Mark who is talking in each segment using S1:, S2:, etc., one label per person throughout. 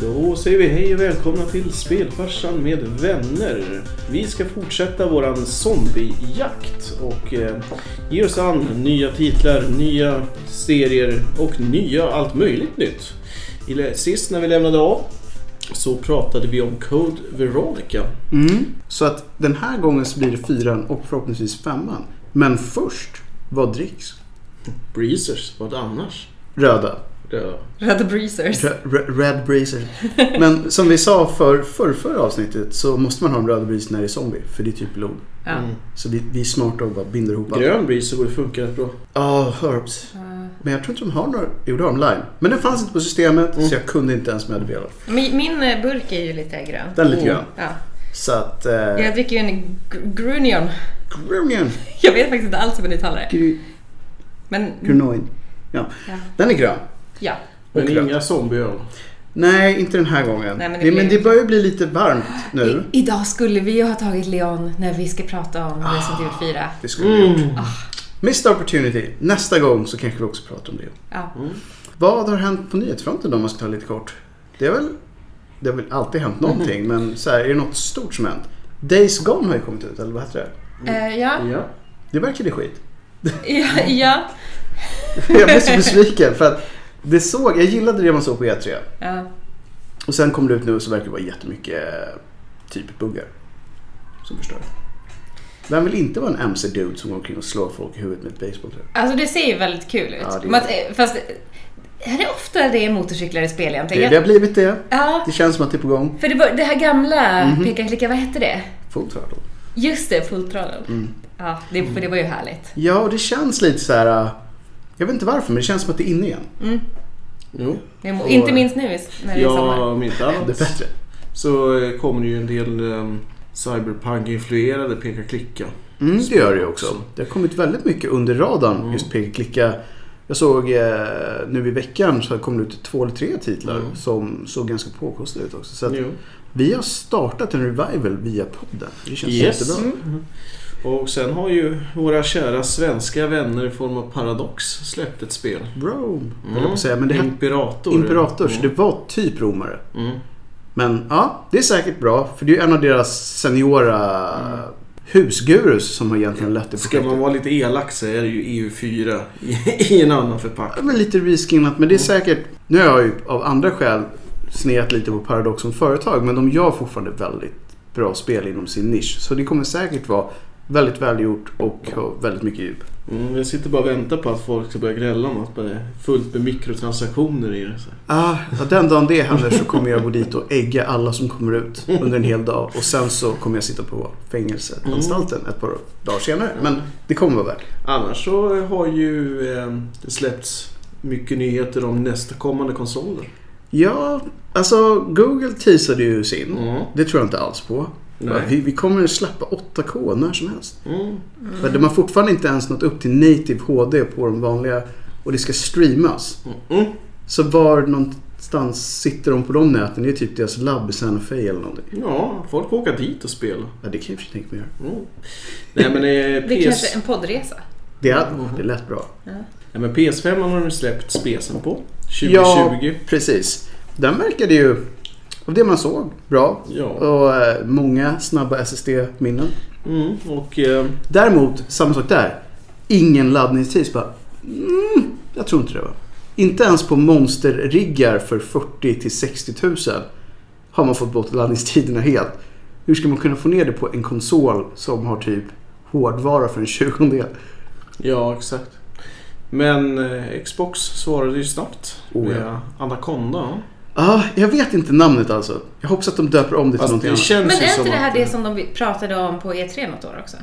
S1: Då säger vi hej och välkomna till Spelfarsan med vänner. Vi ska fortsätta våran zombiejakt och eh, ge oss an nya titlar, nya serier och nya allt möjligt nytt. I lä- Sist när vi lämnade av så pratade vi om Code Veronica.
S2: Mm. Så att den här gången så blir det fyran och förhoppningsvis femman. Men först, vad dricks?
S1: Breezers, vad annars?
S2: Röda.
S1: Det-
S3: Red Breezers.
S2: Re- re- Red Breezer. Men som vi sa för, för förra avsnittet så måste man ha en röd breeze när det är zombie. För det är typ blod.
S3: Ja.
S1: Mm.
S2: Så vi, vi är smarta och bara binder ihop allt.
S1: Grön breezer borde funka rätt bra.
S2: Ja, herbs.
S3: Eh,
S2: Men jag tror inte de har några. Jo, det har de lime. Men den fanns inte på systemet
S1: Mm.
S2: så jag kunde inte ens om jag hade velat.
S3: Min, min eh, burk är ju lite grön.
S2: Den är lite
S1: Mm.
S2: grön.
S3: Ja.
S2: Så att... Eh,
S3: Jag dricker ju en gr- Grunion.
S2: Grunion.
S3: Jag vet faktiskt inte alls hur man uttalar det.
S2: Gru-
S3: Men
S2: Grunoin. Ja.
S3: Ja.
S2: Den är grön.
S3: ja.
S1: Men
S2: Och
S1: inga zombieöl.
S2: Nej, inte den här gången.
S3: Nej, men
S2: men,
S3: det
S2: det
S3: blir-
S2: men det börjar bli lite varmt nu.
S3: I, idag skulle vi ju ha tagit Leon när vi ska prata om Resident Evil 4.
S2: Det skulle vi gjort.
S1: Mm.
S2: Missed opportunity. Nästa gång så kanske vi också pratar om det.
S3: Ja.
S2: Vad har hänt på nyhetsfronten om man ska ta lite kort? Det har väl, det har väl alltid hänt någonting, men så här, är det något stort som hänt? Days Gone har ju kommit ut, eller vad heter det?
S3: Eh, ja.
S2: Mm.
S1: Ja.
S2: Det verkade skit.
S3: ja, ja,
S2: Jag blev så besviken för att det såg, jag gillade det man såg på E3.
S3: ja.
S2: Och sen kom det ut nu och så verkar det vara jättemycket eh, typ buggar som förstör. Vem vill inte vara en MC-dude som går omkring och slår folk i huvudet med ett basebollträ?
S3: Alltså det ser ju väldigt kul ut.
S2: Ja, det-
S3: Men att, eh, fast eh, är det ofta det är motorcyklar i spel egentligen?
S2: Det, det har blivit det. Mhm.
S3: Ja,
S2: Det känns som att det är på gång.
S3: för det, var, det här gamla peka-klicka, vad hette det?
S2: Full throttle.
S3: Just det, Full Throttle.
S2: Mm.
S3: Ja, det, för det var ju härligt.
S2: Ja, och det känns lite så här. eh, Jag vet inte varför, men det känns som att det är inne igen.
S3: Mm.
S1: Jo.
S3: Det må- Inte minst nu när det är
S1: Ja,
S3: sommar.
S1: om inte
S2: Det är
S1: annat.
S2: bättre.
S1: så eh, kommer det ju en del ehm, cyberpunk-influerade peka-klicka.
S2: Mm, det gör det ju också. Det har kommit väldigt mycket under radarn,
S1: Mm.
S2: just peka-klicka. Jag såg eh, nu i veckan så kom det ut två eller tre titlar
S1: Mm.
S2: som såg ganska påkostade ut också. Så att
S1: Jo.
S2: vi har startat en revival via podden. Det känns
S1: Yes.
S2: jättebra.
S1: Mm. Och sen har ju våra kära svenska vänner i form av Paradox släppt ett spel.
S2: Rome,
S1: Mm.
S2: höll jag på att säga. Men det här,
S1: Imperator.
S2: Imperators,
S1: Mm.
S2: det var typ romare.
S1: Mm.
S2: Men ja, det är säkert bra. För det är ju en av deras seniora husgurus som har egentligen lett det
S1: Mm. Ska man vara lite elak så är det ju EU4 i- i en annan
S2: Ja,
S1: förpackning.
S2: men lite reskinnat, men det är säkert... Nu har jag ju av andra skäl sneat lite på Paradox som företag, men de gör fortfarande väldigt bra spel inom sin nisch. Så det kommer säkert vara väldigt välgjort och ha väldigt mycket djup.
S1: Mm, jag sitter bara och väntar på att folk ska börja grälla om att det är fullt med mikrotransaktioner i det. Så.
S2: Ah, ja, den dagen det händer så kommer jag gå dit och ägga alla som kommer ut under en hel dag. Och sen så kommer jag sitta på fängelseanstalten ett par dagar senare. Men det kommer vara värt
S1: Annars så har ju eh, det släppts mycket nyheter om nästkommande konsoler.
S2: Ja, alltså Google teasade ju sin.
S1: Mm.
S2: Det tror jag inte alls på.
S1: Nej.
S2: Vi, vi kommer släppa 8K när som helst.
S1: Mm.
S2: Mm. De har fortfarande inte ens nått upp till native HD på de vanliga och det ska streamas.
S1: Mm.
S2: Så var någonstans sitter de på de näten? Det är typ deras labb i Santa Fe eller någonting.
S1: Ja, folk åker dit och spelar.
S2: Ja, det kan jag i och för sig tänka mig göra.
S1: Mm. Nej men, eh,
S3: Det är kanske
S1: PS...
S3: en poddresa.
S2: Det, är, det lät bra.
S1: Nej, men PS5 har de släppt spesen på. 2020.
S2: Ja, precis. Den verkade ju, av det man såg, bra.
S1: Ja.
S2: Och eh, många snabba SSD-minnen.
S1: Mm, och eh,
S2: Däremot, samma sak där. Ingen laddningstid. Så bara, mm, jag tror inte det. Va? Inte ens på monsterriggar för 40 till 60 000 har man fått bort laddningstiderna helt. Hur ska man kunna få ner det på en konsol som har typ hårdvara för en tjugondel?
S1: ja, exakt. Men eh, Xbox svarade ju snabbt
S2: Oh, ja.
S1: med Anaconda.
S2: Ah, jag vet inte namnet alltså. Jag hoppas att de döper om det till
S1: Fast
S2: någonting
S1: det
S2: annat.
S1: känns
S3: Men
S1: ju
S3: är
S1: som
S3: inte det här
S1: att,
S3: det som de vi- pratade om på E3 något år också?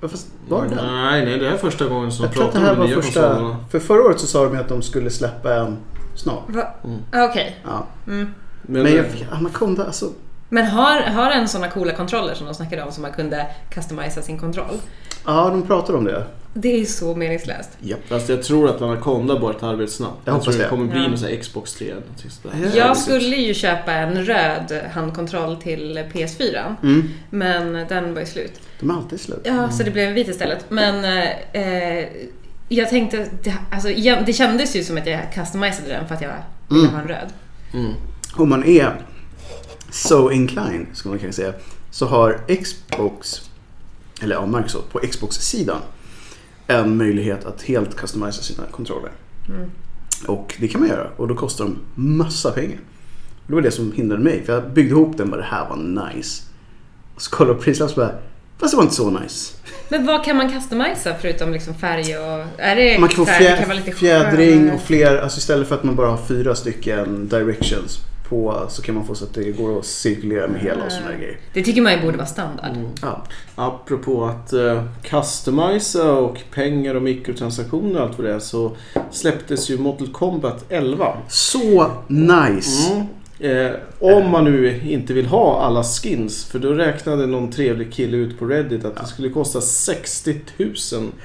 S2: Ja, Fast var det den?
S1: Nej, nej, det här är första gången som
S2: Jag
S1: de
S2: tror att det
S1: Mm, pratar
S2: här
S1: om de nya
S2: var första...
S1: konsolerna.
S2: För förra året så sa de ju att de skulle släppa en snart.
S3: Va?
S1: Mm.
S3: Ah, Okej.
S2: Ja.
S3: Mm.
S1: Men,
S2: Men jag
S1: eh,
S2: fick Anaconda, alltså.
S3: Men har, har en såna coola kontroller som de snackade om som man kunde customisa sin kontroll?
S2: Ja, de pratar om det.
S3: Det är så meningslöst.
S2: Japp.
S1: Fast jag tror att Anaconda bara tar arbetet snabbt.
S2: Jag hoppas
S1: tror det
S2: det.
S1: kommer bli
S3: Ja.
S1: någon sån här Xbox 3 eller någonting sånt där.
S2: Ja.
S3: Jag skulle ju köpa en röd handkontroll till PS4
S2: Mm.
S3: men den var ju slut.
S2: De är alltid slut.
S3: Ja, så det blev en vit istället. Men eh, eh, jag tänkte, det, alltså, jag- det kändes ju som att jag customisade den för att jag ville ha en röd.
S1: Mm.
S2: om man är so inclined, skulle man kanske säga, så har Xbox, eller ja, Microsoft på Xbox-sidan en möjlighet att helt customisa sina kontroller.
S3: Mm.
S2: Och det kan man göra och då kostar de massa pengar. Och det var det som hindrade mig för jag byggde ihop den och bara det här var nice. Och så kollade jag på prislappen och så bara fast det var inte så nice.
S3: Men vad kan man customisa förutom liksom färg och... Är det
S2: Man kan få
S3: så här, det kan vara
S2: fjä-
S3: lite
S2: fjädring
S3: skönare?
S2: och fler, alltså istället för att man bara har fyra stycken directions på så kan man få så att det går att cirkulera med hela och såna här grejer.
S3: Det tycker man ju borde vara standard.
S1: Mm.
S2: Ja.
S1: Apropå att uh, customisa och pengar och mikrotransaktioner och allt vad det är så släpptes ju Mortal Kombat 11.
S2: Så nice!
S1: Mm. Eh, om man nu inte vill ha alla skins, för då räknade någon trevlig kille ut på Reddit att det skulle kosta 60 000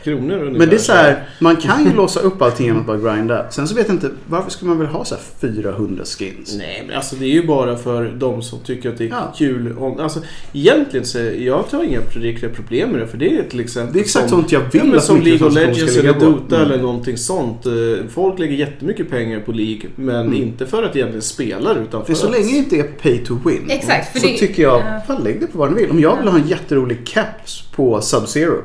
S1: kronor ungefär.
S2: Men det är så här, man kan ju låsa upp allting genom att bara grinda. Sen så vet jag inte, varför skulle man väl ha så här 400 skins?
S1: Nej, men alltså det är ju bara för de som tycker att det är
S2: Ja.
S1: kul. Om, alltså, egentligen så jag tar inga riktiga problem med det, för det är liksom, till exempel
S2: Det är exakt
S1: som,
S2: sånt jag vill
S1: Ja, men
S2: att
S1: som League of
S2: mikrotransaktioner ska
S1: Legends
S2: ligga
S1: eller
S2: på.
S1: Dota
S2: Mm.
S1: eller någonting sånt. Eh, Folk lägger jättemycket pengar på League, men
S2: Mm.
S1: inte för att egentligen spela utan för
S2: För så
S1: att...
S2: länge det inte är pay to win
S3: Exakt, för
S2: så
S3: det-
S2: tycker jag,
S3: ja.
S2: fan lägg det på vad du vill. Om jag vill ha en jätterolig caps på Sub-Zero så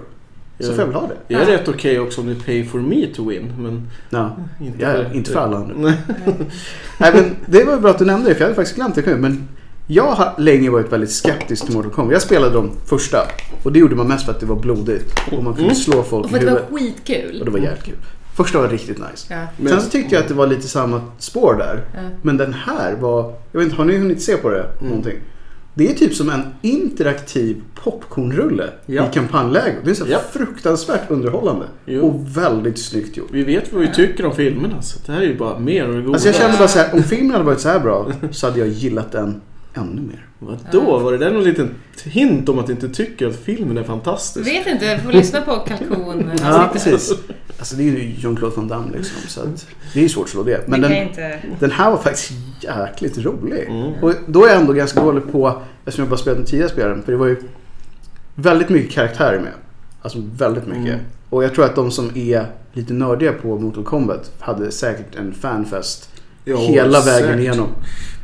S1: Ja.
S2: får jag väl ha det.
S1: Det är rätt okej också om det är pay for me to win, men
S2: Ja,
S1: inte,
S2: ja, inte för alla andra.
S1: Nej.
S2: Nej, men det var ju bra att du nämnde det för jag hade faktiskt glömt det. nu, Men jag har länge varit väldigt skeptisk till Mortal Kombat. Jag spelade de första och det gjorde man mest för att det var blodigt och man kunde
S1: Mm.
S2: slå folk i
S3: Och för att det
S2: huvudet.
S3: var skitkul.
S2: Och det var jävligt kul. Första var riktigt nice.
S3: Ja.
S1: Men-
S2: Sen så tyckte jag att det var lite samma spår där.
S3: Ja.
S2: Men den här var, jag vet inte, har ni hunnit se på det?
S1: Mm.
S2: Någonting? Det är typ som en interaktiv popcornrulle
S1: Ja.
S2: i kampanjläge. Det är så här
S1: Ja.
S2: fruktansvärt underhållande
S1: Jo.
S2: och väldigt snyggt gjort.
S1: Vi vet vad vi tycker om filmerna, så det här är ju bara mer och det goda.
S2: Alltså jag känner bara så här, om filmen hade varit så här bra så hade jag gillat den ännu mer.
S1: Vadå? Var det där någon liten hint om att inte tycker att filmen är fantastisk?
S3: Vet inte, jag får lyssna på kalkon.
S2: Ja, Alltså, precis. Alltså det är ju Jean-Claude Van Damme liksom. Så att, det är ju svårt att slå det. Men
S3: det
S2: den,
S3: kan jag inte...
S2: Den här var faktiskt jäkligt rolig.
S1: Mm.
S2: Och då är jag ändå ganska dålig på, eftersom jag bara spelat den tidigare spelaren, för det var ju väldigt mycket karaktärer med. Alltså väldigt mycket.
S1: Mm.
S2: Och jag tror att de som är lite nördiga på Mortal Kombat hade säkert en fanfest
S1: Ja,
S2: hela vägen
S1: säkert.
S2: igenom.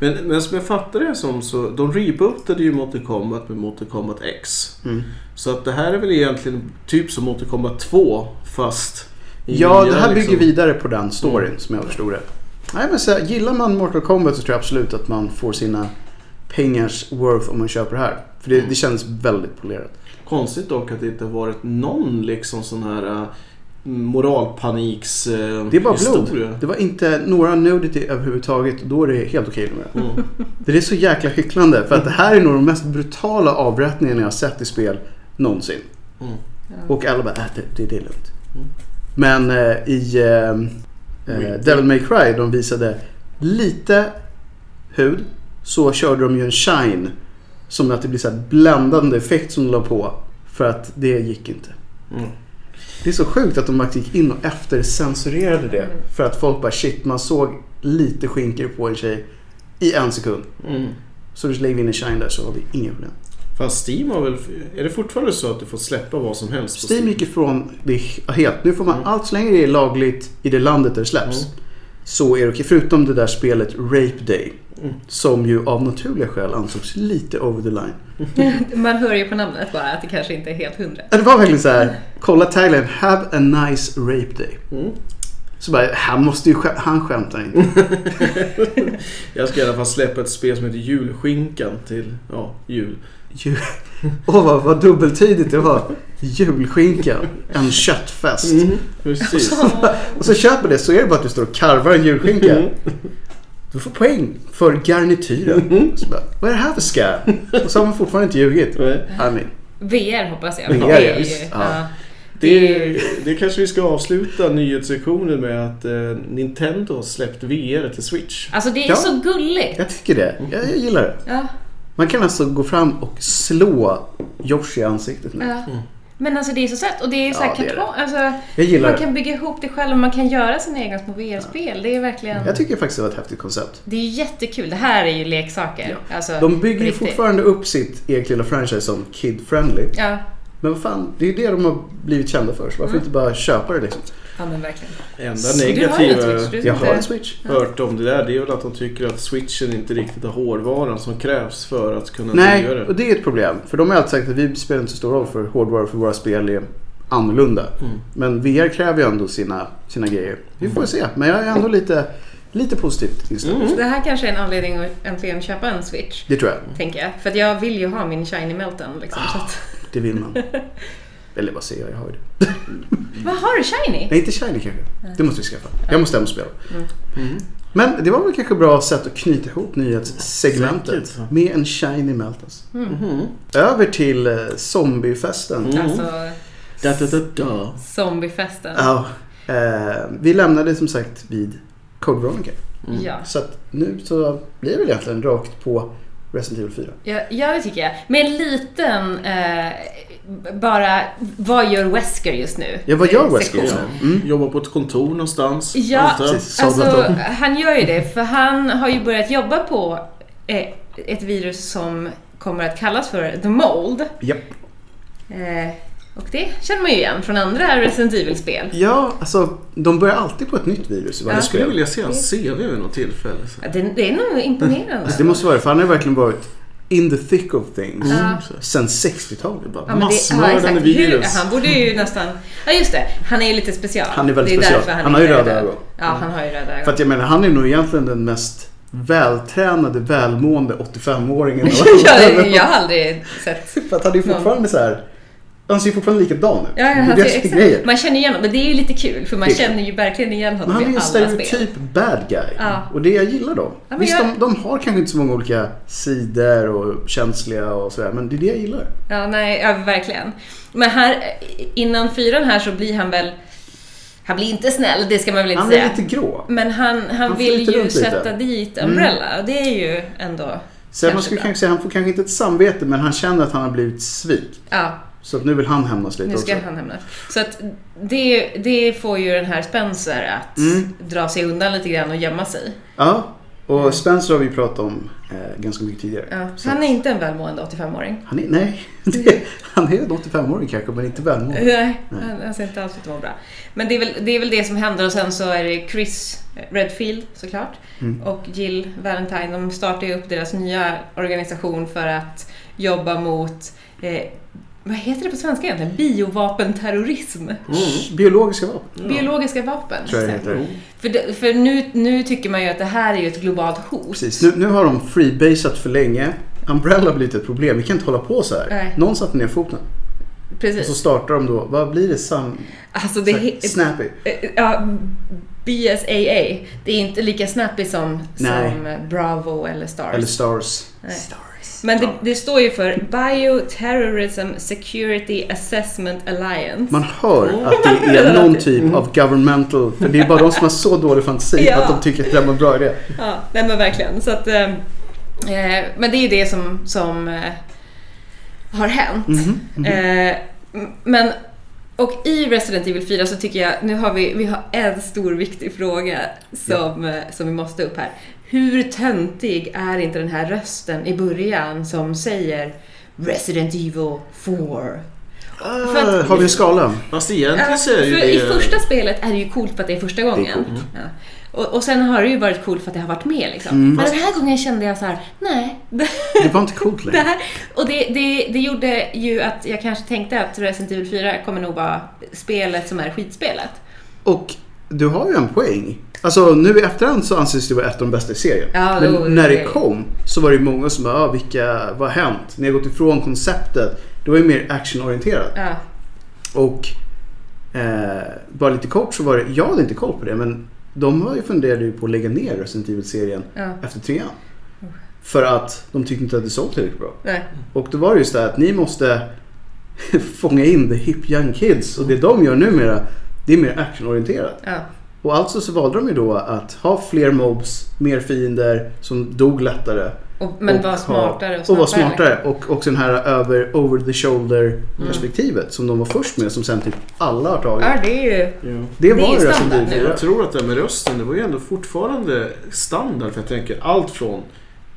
S1: Men, men som jag fattar det som så, de rebootade ju Mortal Kombat med Mortal Kombat X.
S2: Mm.
S1: Så att det här är väl egentligen typ som Mortal Kombat 2 fast i
S2: Ja,
S1: nya,
S2: det här
S1: liksom. Mm.
S2: bygger vidare på den storyn som jag förstod det. Nej, men så här, gillar man Mortal Kombat så tror jag absolut att man får sina pengars worth om man köper det här. För det, det känns väldigt polerat.
S1: Konstigt dock att det inte har varit någon liksom sån här äh, moralpaniks äh,
S2: Det är bara blod.
S1: historia.
S2: Det var inte några nudity överhuvudtaget. Då är det helt okej med det.
S1: Mm.
S2: Det är så jäkla hycklande. För att det här är nog de mest brutala avrättningarna jag har sett i spel någonsin.
S1: Mm.
S2: Och alla bara, äh, det, det, det är lugnt.
S1: Mm.
S2: Men eh, i eh, eh, Devil May Cry, de visade lite hud. Så körde de ju en shine. Som att det blir så här bländande effekt som de la på. För att det gick inte.
S1: Mm.
S2: Det är så sjukt att de faktiskt gick in och eftercensurerade det. För att folk bara shit, man såg lite skinker på en tjej i en sekund.
S1: Mm.
S2: Så lägger vi in en shine där så har vi inga problem.
S1: Fast Steam har väl... Är det fortfarande så att du får släppa vad som helst på
S2: Steam gick ifrån det helt. Nu får man
S1: Mm.
S2: allt så länge det är lagligt i det landet där det släpps.
S1: Mm.
S2: Så är det okej. Förutom det där spelet Rape Day.
S1: Mm.
S2: Som ju av naturliga skäl ansågs lite over the line.
S3: Man hör ju på namnet bara att det kanske inte är helt hundra.
S2: Ja, Det var verkligen så här. Kolla taglinen. Have a nice rape day.
S1: Mm.
S2: Så bara, han måste ju skä- han skämtar inte.
S1: Jag ska i alla fall släppa ett spel som heter Julskinkan till ja, jul.
S2: Ju- Åh, vad, vad dubbeltydigt det var. Julskinka, en köttfest.
S1: Mm. Precis.
S2: Mm. Och så köper det så är det bara att du står och karvar en
S1: Mm.
S2: julskinka. Du får poäng för garnityren. Så bara, vad är det här för skam? Och så har man fortfarande inte ljugit.
S1: Nej.
S2: I mean,
S3: VR hoppas jag.
S2: VR,
S3: det
S2: ja,
S3: är ju,
S2: visst. Ja.
S3: ja.
S1: Det, det kanske vi ska avsluta nyhetssektionen med att eh, Nintendo har släppt VR till Switch.
S3: Alltså det är
S2: Ja.
S3: så gulligt.
S2: jag tycker det. Jag, jag gillar det.
S3: Ja,
S2: Man kan alltså gå fram och slå Yoshi i ansiktet nu.
S3: ja. Men alltså det är så sött och det är så här
S2: Mm. Ja, det är det.
S3: kartong. Alltså,
S2: Jag gillar
S3: man
S2: det.
S3: kan bygga ihop det själv och man kan göra sina egna små VR-spel. Det är verkligen...
S2: Jag tycker faktiskt det var ett häftigt koncept.
S3: Det är jättekul. Det här är ju leksaker. Alltså,
S2: De bygger
S3: på
S2: ju
S3: riktigt.
S2: fortfarande upp sitt eget lilla franchise som Kid Friendly.
S3: Ja. Mm.
S2: Men vad fan, det är ju det de har blivit kända för. Så varför inte bara köpa det liksom?
S3: Ja men verkligen.
S1: Enda
S3: Så du har ju
S1: negativa
S3: en Switch, du
S2: Jag
S3: inte-
S2: har en Switch.
S1: jag hört om det där det är väl att de tycker att switchen inte riktigt har hårdvaran som krävs för att kunna driva
S2: Nej,
S1: det.
S2: och det är ett problem. För de har alltid sagt att vi spelar inte så stor roll för hårdvara för våra spel är annorlunda.
S1: Mm.
S2: Men VR kräver ju ändå sina, sina grejer. Vi får se, men jag är ändå lite, lite positivt inställd.
S1: Mm.
S3: Det här kanske är en anledning att äntligen köpa en Switch.
S2: Det tror jag.
S3: Tänker jag. För att jag vill ju ha min shiny melton liksom. Så att...
S2: Det vill man. Eller vad säger jag? Jag har ju det.
S3: Vad har du shiny?
S2: Nej, inte shiny kanske. Det måste vi skaffa. Jag måste hem och spela.
S1: Mm.
S2: Men det var väl kanske ett bra sätt att knyta ihop nyhetssegmentet
S1: Säkert.
S2: med en shiny Meltas.
S3: Hmm. Mm.
S1: Mhm.
S2: Över till eh, zombiefesten.
S1: Mm.
S3: Alltså
S1: Da, da, da, da.
S3: zombiefesten.
S2: Ja, eh, vi lämnade som sagt vid Code Veronica.
S1: Mm.
S3: Ja.
S2: Så att nu så blir det väl egentligen rakt på Resident Evil 4.
S3: Ja, ja, det tycker jag. Med en liten, eh, bara, vad gör Wesker just nu?
S2: Ja, vad gör
S3: Eh,
S2: Wesker just
S3: sektion.
S2: nu? Mm.
S1: Jobbar på ett kontor någonstans.
S3: Ja,
S1: antar jag.
S2: Precis, sadlat
S3: Alltså,
S2: om.
S3: han gör ju det, för han har ju börjat jobba på eh, ett virus som kommer att kallas för The Mold.
S2: Japp.
S3: Eh, och det känner man ju igen från andra Resident Evil-spel.
S2: Ja, alltså de börjar alltid på ett nytt virus i varje
S3: Ja.
S1: Jag skulle
S2: spel.
S1: vilja se en CV vid något tillfälle.
S3: Ja, Det, det är nog imponerande.
S2: Alltså, det måste vara för han har verkligen varit in the thick of things
S3: Ja.
S2: sen 60-talet.
S1: Bara
S3: Ja, men det-
S1: Massmördande
S3: exakt. Hur,
S1: virus.
S3: han borde ju nästan... Ja, just det. Han är ju lite special.
S2: Han är väldigt
S3: det är
S2: special.
S3: därför
S2: Han har ju
S3: är
S2: röda
S3: död.
S2: ögon.
S3: Ja, han har ju röda ögon.
S2: För att jag menar, han är nog egentligen den mest vältränade, välmående 85-åringen.
S3: jag, jag har aldrig sett...
S2: För att han är fortfarande så här. Han ser fortfarande likadan ut.
S3: Ja,
S2: Det
S3: ja,
S2: är
S3: han
S2: det
S3: ser,
S2: som är
S3: exakt.
S2: grejen.
S3: Man känner igen honom, men det är ju lite kul för man
S2: Det är
S3: känner ju verkligen igen
S2: Men
S3: honom
S2: han är ju
S3: i
S2: en
S3: alla spel.
S2: stereotyp bad guy.
S3: Ja.
S2: Och det jag gillar dem.
S3: men
S2: Visst,
S3: jag-
S2: de, de har kanske inte så många olika sidor och känsliga och sådär. Men det är det jag gillar.
S3: Ja, nej, ja, verkligen. Men här, innan fyran här så blir han väl... Han blir inte snäll, det ska man väl inte
S2: Han
S3: säga.
S2: är lite grå.
S3: Men han, han,
S2: Han
S3: vill
S2: flyter
S3: ju
S2: runt lite. Mm.
S3: sätta dit Umbrella och det är ju ändå...
S2: Sen man
S3: kanske
S2: skulle
S3: bra.
S2: kanske säga, han får kanske inte ett samvete men han känner att han har blivit svikt.
S3: Ja,
S2: Så att nu vill han hämnas lite
S3: nu ska
S2: också.
S3: han hämnas. Så att det, det får ju den här Spencer att
S2: Mm.
S3: dra sig undan lite grann och gömma sig.
S2: Ja. Och Spencer har vi pratat om eh, ganska mycket tidigare.
S3: Ja.
S2: Så
S3: Han
S2: att-
S3: är inte en välmående 85-åring.
S2: han är, nej, det, han är en 85-åring kanske men inte välmående.
S3: Nej, han, han ser inte alls ut att må bra. Men det är, väl, det är väl det som händer och sen så är det Chris Redfield såklart
S2: Mm.
S3: och Jill Valentine. De startar ju upp deras nya organisation för att jobba mot, eh, vad heter det på svenska egentligen? Biovapenterrorism.
S2: Mm. Biologiska vapen
S3: Biologiska vapen.
S2: tror jag det heter.
S3: För, det, för nu, nu tycker man ju att det här är ju ett globalt hot.
S2: Precis. Nu, nu har de freebasat för länge. Umbrella har blivit ett problem. Vi kan inte hålla på så här.
S3: Nej.
S2: Någon satte ner foten. Och så
S3: Precis.
S2: startar de då, vad blir det? Sam...
S3: Alltså
S2: så
S3: det,
S2: här,
S3: he-
S2: snappy.
S3: Eh, Ja, BSAA. Det är inte lika snappy som,
S2: Nej.
S3: som eh, Bravo eller Stars.
S2: Eller stars.
S3: Nej.
S2: Stars.
S3: Men det, det står ju för Bioterrorism Security Assessment Alliance.
S2: Man hör att det är någon typ av governmental, för det är bara de som har så dålig fantasi
S3: Ja.
S2: att de tycker att det här var en bra idé.
S3: Ja, nej men verkligen. Så att, eh, eh, men det är ju det som, som eh, har hänt.
S2: Mhm. Mm.
S3: Eh, m- men, och i Resident Evil 4 så tycker jag, nu har vi, vi har en stor viktig fråga som, eh, som vi måste upp här. Hur töntig är inte den här rösten i början som säger Resident Evil 4? För att-
S2: Ah, har vi en skala?
S1: Fast egentligen så är ju
S3: för I
S1: det...
S3: första spelet är det ju coolt för att det är första gången.
S2: Det är coolt.
S3: ja. och, och sen har det ju varit coolt för att det har varit med. Liksom.
S2: Mm.
S3: Men den här gången kände jag så här: nej. Det,
S2: Det var inte coolt
S3: det
S2: längre.
S3: här, och det, det, det gjorde ju att jag kanske tänkte att Resident Evil 4 kommer nog vara spelet som är skitspelet.
S2: Och du har ju en poäng. Alltså nu i efterhand så anses det vara ett av de bästa i serien.
S3: Ja,
S2: Men
S3: då-
S2: när det kom så var det ju många som bara, ah, vilka, vad har hänt? Ni har gått ifrån konceptet. Det var ju mer actionorienterat.
S3: Ja.
S2: Och eh, bara lite kort så var det, jag hade inte koll på det men de har ju funderat ju på att lägga ner Resident Evil-serien
S3: Ja.
S2: efter trean. För att de tyckte inte att det sålde tillräckligt bra.
S3: Nej.
S2: Och då var det just det här att ni måste fånga in the hip young kids och det de gör numera det är mer actionorienterat.
S3: Ja.
S2: Och alltså så valde de ju då att ha fler mobs, mer fiender som dog lättare.
S3: Och, men
S2: och
S3: var
S2: ha-
S3: smartare och liksom.
S2: Och
S3: smartare.
S2: var smartare. Och också den här över, over the shoulder perspektivet som de var först med som sen typ alla har tagit.
S3: Mm. liksom. Ja, det är ju...
S1: Ja.
S2: Det
S3: Det är
S2: var ju
S3: standard
S2: Resident
S3: nu.
S2: Evil
S1: Jag tror att det här med rösten, det var ju ändå fortfarande standard. För jag tänker allt från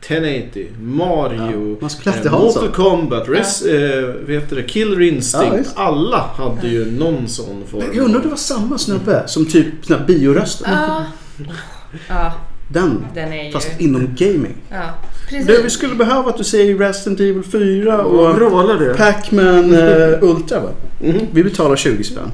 S1: 1080, Mario,
S2: Man skulle haft det
S1: eh,
S2: ha en
S1: Mortal
S2: sån.
S1: Kombat, res, eh, vad heter det? Killer
S2: Ja,
S1: Instinct.
S2: visst.
S1: Alla hade ju någon sån form.
S2: Men Jag undrar om det var samma snubbe som typ sån här biorösten.
S3: Ja. ja,
S2: Den.
S3: den är ju...
S2: Fast inom gaming.
S3: Ja,
S2: Du, vi
S3: precis.
S2: skulle behöva att du säger Resident Evil 4 och
S1: Vrålar det?
S2: Pac-Man eh, Ultra va?
S1: Mm.
S2: Vi betalar 20 spänn.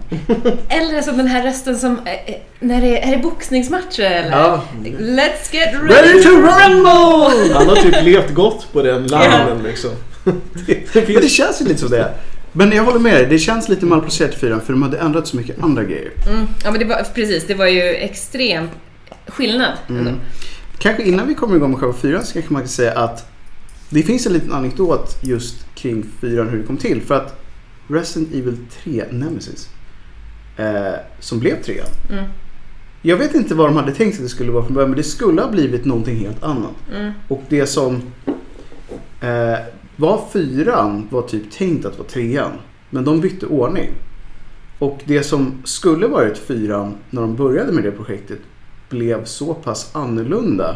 S3: Eller som den här rösten som... eh, eh, När det är, är det boxningsmatcher eller? Let's get
S2: Ready
S3: ready!
S2: to rumble!
S1: Han har typ levt gott på den linjen liksom. Det
S2: Men det
S1: finns...
S2: känns ju lite som det. Men jag håller med dig, det känns lite malplacerat i 4 för de hade ändrat så mycket andra grejer.
S3: Mm. Ja, men det var, precis. Det var ju extrem skillnad.
S2: Mm.
S3: ändå.
S2: Kanske innan vi kommer igång med själva fyran så kanske man kan säga att det finns en liten anekdot just kring fyran hur det kom till. För att Resident Evil 3 Nemesis, eh, som blev trean.
S3: Mm.
S2: Jag vet inte vad de hade tänkt sig att det skulle vara från början men det skulle ha blivit någonting helt annat.
S3: Mm.
S2: Och det som eh, var fyran var typ tänkt att vara trean. Men de bytte ordning. Och det som skulle varit fyran när de började med det projektet blev så pass annorlunda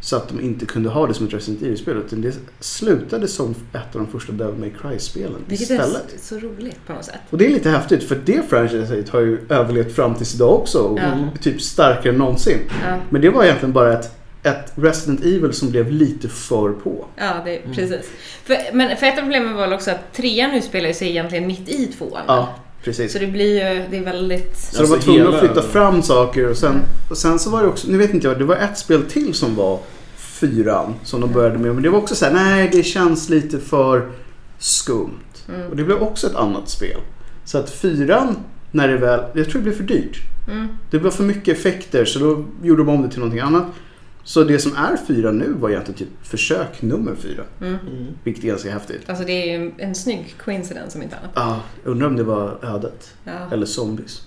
S2: så att de inte kunde ha det som ett Resident Evil-spel. Utan det slutade som ett av de första Devil May Cry-spelen
S3: Vilket är
S2: istället.
S3: så, så roligt på något sätt.
S2: Och det är lite häftigt för det franchiset har ju överlevt fram tills idag också och
S3: Ja.
S2: är
S1: Mm.
S2: typ starkare än någonsin.
S3: Ja,
S2: Men det var egentligen bara ett, ett Resident Evil som blev lite för på.
S3: ja det, precis. För, men för ett av problemen var väl också att trean utspelar ju sig egentligen mitt i tvåan.
S2: Ja, precis.
S3: Så det blir ju... Det är väldigt...
S2: Så de var
S1: Alltså
S2: tvungna
S1: hela-
S2: att flytta fram saker och sen, och sen så var det också, nu vet inte jag, det var ett spel till som var fyran som de började med. Men det var också så här, nej det känns lite för skumt.
S3: Mm.
S2: Och det blev också ett annat spel. Så att fyran, när det väl, jag tror det blev för dyrt.
S3: Mm.
S2: Det blev för mycket effekter så då gjorde de om det till någonting annat. Så det som är fyra nu var egentligen typ försök nummer fyra.
S3: Mm.
S1: Mm.
S2: Vilket är ganska häftigt.
S3: Alltså det är ju en, en snygg coincidence om inte annat.
S2: Ah, undrar om det var ödet.
S3: Ja.
S2: Eller zombies.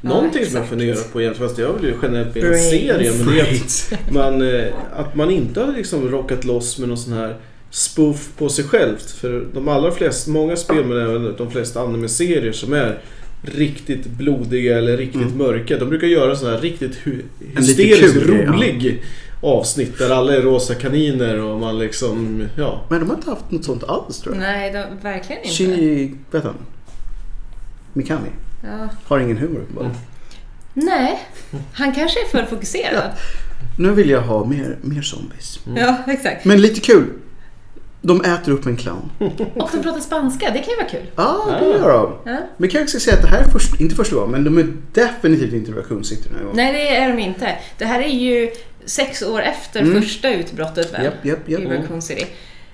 S1: Någonting som jag
S3: exakt.
S1: funderar på egentligen, fast jag vill ju generellt med en
S3: Brains.
S1: serie, men det är att
S2: Great.
S1: man, eh, att man inte har liksom rockat loss med någon sån här spoof på sig självt. För de allra flesta, många spel men även de flesta anime-serier som är riktigt blodiga eller riktigt
S2: Mm.
S1: mörka. De brukar göra sån här riktigt hu-
S2: En lite
S1: hysteriskt
S2: kul grej, ja.
S1: rolig avsnitt där alla är rosa kaniner och man liksom, ja.
S2: Men de har inte haft något sånt alls tror jag.
S3: Nej, de, verkligen inte.
S2: Shinji, vet han? Mikami.
S3: Ja.
S2: Har ingen humor uppenbarligen.
S3: Nej, han kanske är för fokuserad.
S2: Nu vill jag ha mer, mer zombies.
S3: Ja, exakt.
S2: Men lite kul. De äter upp en clown. Ja,
S3: Och de pratar spanska, det kan ju vara kul.
S2: ah, det
S1: Ah.
S2: gör de.
S3: Ja.
S2: Men kanske ska säga att det här är först, inte första gången, men de är definitivt inte versionssitter den här gången.
S3: Nej, det är de inte. Det här är ju sex år efter
S2: Mm.
S3: första utbrottet väl?
S2: Japp, japp,
S3: I
S2: japp.
S3: Raccoon City.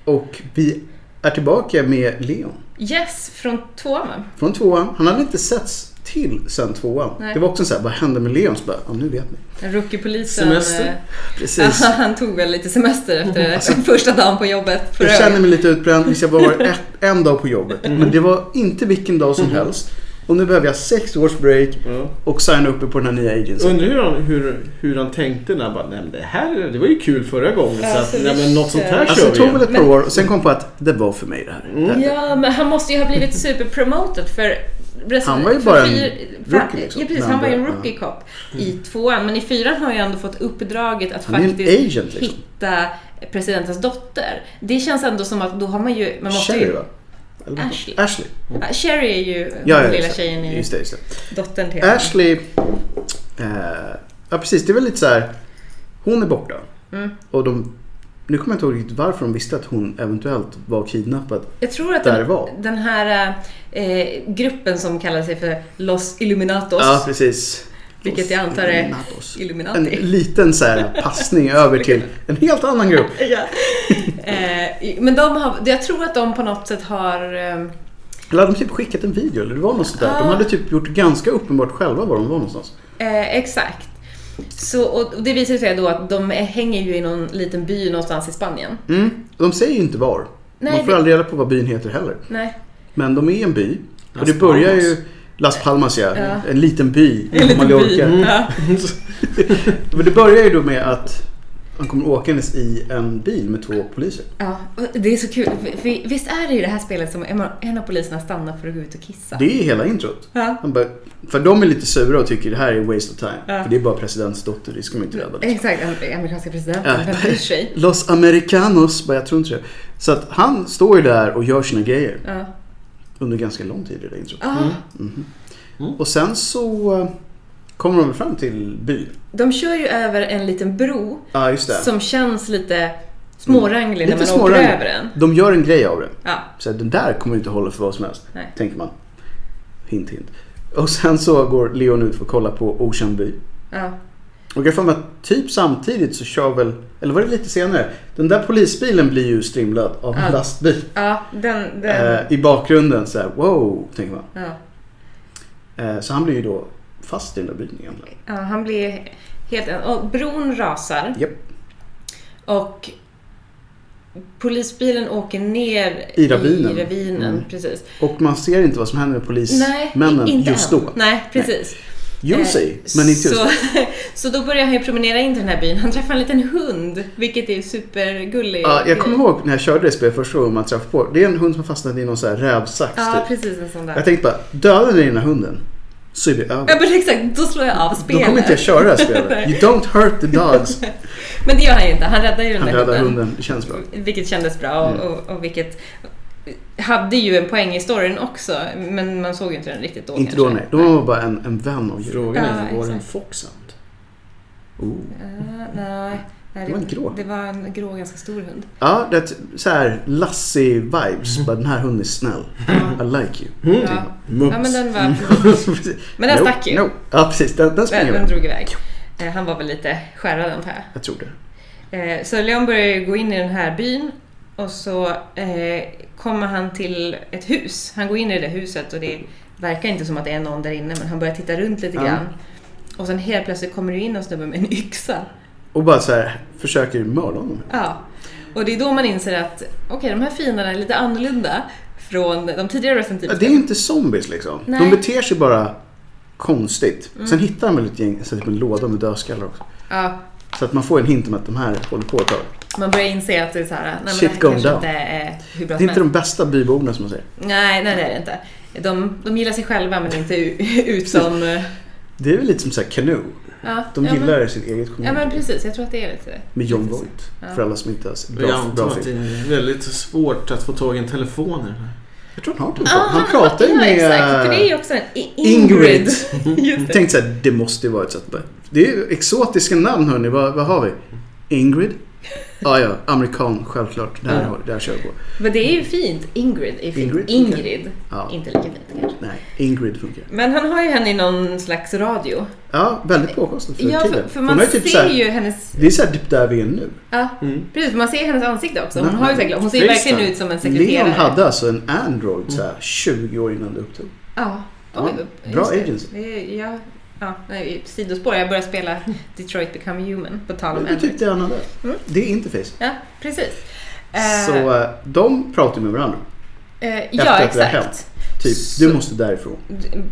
S2: Och vi är tillbaka med Leon.
S3: Yes, från tvåan va?
S2: Från tvåan. Han hade inte setts till sen tvåan.
S3: Nej.
S2: Det var också så här, vad hände med Leon? Så bara, ja nu vet ni.
S3: Den Rookiepolisen.
S1: Semester.
S3: eh, ja,
S2: Precis. Mm.
S3: han tog väl lite semester efter första dagen på jobbet.
S2: Jag känner
S3: övrigt.
S2: mig lite utbränd visst jag var ett, en dag på jobbet.
S3: Mm.
S2: Men det var inte vilken dag som helst. Och nu behöver jag sex års break
S1: ja.
S2: och signa uppe på den här nya agencyn.
S1: Undrar hur han, hur, hur han tänkte när han bara, nej men det här det var ju kul förra gången
S3: Ja, alltså,
S1: så att,
S3: så
S1: nej
S3: vi
S1: men något sånt här
S3: kör.
S2: Alltså
S1: kör
S2: det
S1: vi
S2: tog
S1: igen."
S2: väl ett par år och sen kom på att det var för mig det här.
S1: Mm.
S2: Det här.
S3: Ja, men han måste ju ha blivit superpromoted för...
S2: Han var ju
S3: för
S2: bara en
S3: för-
S2: rookie liksom,
S3: Ja, precis.
S2: när
S3: Han
S2: han
S3: var ju en
S2: började.
S3: rookie cop i tvåan. Men i fyran har ju ändå fått uppdraget att
S2: Mm. Han är en
S3: faktiskt
S2: agent, liksom.
S3: hitta presidentens dotter. Det känns ändå som att då har man ju... Man måste
S2: Sherry
S3: ju,
S2: va? Eller vad?
S3: Ashley. Mm.
S2: Ashley.
S3: Ja, Sherry är ju
S2: Ja,
S3: den
S2: ja,
S3: lilla
S2: just,
S3: tjejen
S2: det.
S3: i
S2: just det. Just det.
S3: dottern till
S2: Ashley. Eh, ja precis, det är väl lite så här. Hon är borta.
S3: Mm.
S2: Och de, nu kommer jag inte ihåg riktigt varför de visste att hon eventuellt var kidnappad.
S3: Jag tror att
S2: Där
S3: den,
S2: var.
S3: den här eh, gruppen som kallar sig för Los Illuminatos,
S2: Ja precis.
S3: vilket jag antar är
S2: Natos. En
S3: Illuminati.
S2: liten så här passning över till en helt annan grupp.
S3: Ja. Eh, men de har, jag tror att de på något sätt har... ehm,
S2: Eller hade de typ skickat en video eller det var något sånt där. De
S3: Ah.
S2: hade typ gjort ganska uppenbart själva var de var någonstans.
S3: Eh, exakt. Så, och det visar sig då att de hänger ju i någon liten by någonstans i Spanien.
S2: Mm. De säger ju inte var.
S3: Nej,
S2: Man får
S3: det-
S2: aldrig reda på vad byn heter heller.
S3: Nej.
S2: Men de är i en by. och
S1: Las
S2: det börjar
S1: Palmas.
S2: ju Las Palmas ja.
S3: Ja.
S2: En liten by
S3: En
S2: på
S3: liten by. Mm.
S2: Mm. Mallorca.
S3: Ja.
S2: Men det börjar ju då med att Han kommer åkandes i en bil med två poliser.
S3: Ja, och det är så kul. För- för Visst är det ju det här spelet som en av- en av poliserna stannar för att gå ut och kissa?
S2: Det är hela introt.
S3: Ja.
S2: Han bara, för de är lite sura och tycker det här är waste of time.
S3: Ja.
S2: För det är bara presidents dotter, det ska man inte rädda. Liksom.
S3: Exakt, am- amerikanska presidenten.
S2: Ja.
S3: Vem bryr sig?
S2: Los Americanos, bara jag tror inte det. Så att han står ju där och gör sina grejer
S3: Ja.
S2: under ganska lång tid i det introt.
S3: Ja.
S2: Och sen så eh, kommer de fram till byn.
S3: De kör ju över en liten bro
S2: Ja, just det. Mm.
S3: som känns lite småranglig
S2: Lite
S3: när man
S2: småranglig.
S3: åker över den.
S2: De gör en grej av det.
S3: Ja.
S2: Så här, den där kommer inte hålla för vad som helst,
S3: Nej.
S2: tänker man. Hint, hint. Och sen så går Leon ut för att kolla på Ocean By.
S3: Ja.
S2: Och jag får mig att typ samtidigt så kör väl, eller var det lite senare? Den där polisbilen blir ju strimlad av en
S3: Ja.
S2: lastbil.
S3: ja, den... den
S2: Eh, I bakgrunden så här, wow, tänker man.
S3: ja.
S2: Eh, så han blir ju då fast i den där byn egentligen.
S3: Ja, han blir helt... Och bron rasar
S2: Japp.
S3: och polisbilen åker ner
S2: I ravinen.
S3: ravinen,
S2: Mm.
S3: Precis.
S2: Och man ser inte vad som händer med
S3: Nej,
S2: polismännen
S3: inte
S2: just
S3: än.
S2: då.
S3: Nej, precis.
S2: You
S3: Eh,
S2: see, men inte just
S3: så,
S2: då.
S3: så då börjar han ju promenera in till den här byn. Han träffar en liten hund, vilket är supergulligt.
S2: Ja, jag kommer ihåg när jag körde det spelet första gången man träffade på Det är en hund som har fastnat i någon så här rävsax
S3: Ja,
S2: typ.
S3: precis en sån där.
S2: Jag tänkte bara, dödar ni den här hunden så är det
S3: Ja,
S2: över.
S3: men exakt. Då slår jag av
S2: Då
S3: spelet.
S2: kommer inte jag köra det här spelet.
S3: Nej.
S2: You don't hurt the dogs.
S3: Men det gör han ju inte. Han räddar ju den
S2: Han
S3: där
S2: dödar
S3: hunden.
S2: hunden, det känns bra.
S3: Vilket kändes bra och,
S2: Mm.
S3: och, och vilket hade ju en poäng i storyn också, men man såg ju inte den riktigt då
S2: Inte då
S3: kanske.
S2: nej. Då var man bara en, en vän av djur.
S1: Frågan
S3: Ja,
S1: är, var
S3: exakt.
S1: det en foxhound?
S2: Oh.
S3: Ah, nej. nej,
S2: Det var en grå.
S3: Det var en grå, ganska stor hund.
S2: Ja, det är ett så här Lassie-vibes.
S1: Mhm.
S2: Bara den här hunden är snäll. I like you.
S1: Mm.
S3: Ja.
S1: Mums.
S3: ja, men den var...
S2: Precis.
S3: Men den
S2: no,
S3: stack ju.
S2: No. Ja, precis. Mm. Den, den springer
S3: Den,
S2: iväg.
S3: den drog iväg. Eh, Han var väl lite skärrad antar jag.
S2: Jag tror det.
S3: Eh, Så Leon börjar ju gå in i den här byn och så eh, kommer han till ett hus. Han går in i det huset och det verkar inte som att det är någon där inne men han börjar titta runt lite
S2: Ja.
S3: grann. Och sen helt plötsligt kommer det in en snubbe med en yxa.
S2: Och bara så här, försöker mörda honom.
S3: Ja. Och det är då man inser att okej, de här fienderna är lite annorlunda från de tidigare Resident
S2: Ja,
S3: Evil.
S2: det är inte zombies liksom.
S3: Nej.
S2: De beter sig bara konstigt.
S3: Mm.
S2: Sen hittar de väl ett gäng, så typ en låda med dödskallar också.
S3: ja,
S2: Så att man får en hint om att de här håller på ett tag.
S3: man börjar inse att det är så här, nej, men
S2: Shit
S3: det här
S2: going
S3: kanske
S2: down.
S3: inte är hur bra
S2: Det är
S3: som
S2: inte
S3: helst.
S2: de bästa byborna som man säger.
S3: Nej, nej, det är det inte. De, de gillar sig själva men inte u- ut som... eh,
S2: Det är väl lite som så här Canoe.
S3: Ja,
S2: De
S3: ja, men-
S2: gillar sitt eget community.
S3: Ja men precis, jag tror att det är lite det.
S2: Med John Voight.
S3: Ja.
S2: För alla som inte har sett
S1: Jag
S2: bra,
S1: antar
S2: bra
S1: att det
S2: film.
S1: är väldigt svårt att få tag i en telefon i den här.
S2: Jag tror han har telefon. han pratar ju
S3: Ah, ja,
S2: med...
S3: Exakt, för det är ju
S2: eh,
S3: också en I-
S2: Ingrid. Mm.
S3: Ingrid. Just
S2: Jag
S3: det.
S2: tänkte så här, det måste ju vara ett sätt. bara- Det är ju exotiska namn hörni. Vad, vad har vi? Ingrid? Ja, ja. Amerikan, självklart. Det här,
S3: Ja.
S2: har- det här kör jag på.
S3: Men det är ju fint. Ingrid är fint.
S2: Ingrid,
S3: Ingrid,
S2: okej. Ja.
S3: inte lika fint kanske.
S2: Nej, Ingrid funkar.
S3: Men han har ju henne i någon slags radio.
S2: Ja, väldigt påkostad för
S3: Ja,
S2: tiden.
S3: för, för man
S2: Hon har typ
S3: ser
S2: så här-
S3: ju hennes...
S2: Det är såhär typ där vi är nu.
S3: Ja,
S1: Mm.
S3: precis. för Man ser hennes ansikte också. Hon,
S2: Nej,
S3: har ju säkert, hon ser ju verkligen
S1: FaceTime.
S3: ut som en sekreterare. Mm.
S2: Leon hade alltså en Android så här 20 år innan det upptog.
S3: Ja.
S2: Ja,
S3: Oj,
S2: bra
S3: just det.
S2: agency.
S3: Det är- Ja, ja, nej, sidospår. Jag började spela Detroit Become Human, på tal om
S2: Det
S3: Android.
S2: tyckte jag han hade.
S3: Mm.
S2: Det är interface.
S3: Ja, precis.
S2: Så
S3: Eh,
S2: eh, de pratar med varandra.
S3: eh,
S2: efter att
S3: ja,
S2: det har
S3: exakt.
S2: hänt. Typ,
S3: Så-
S2: du måste därifrån.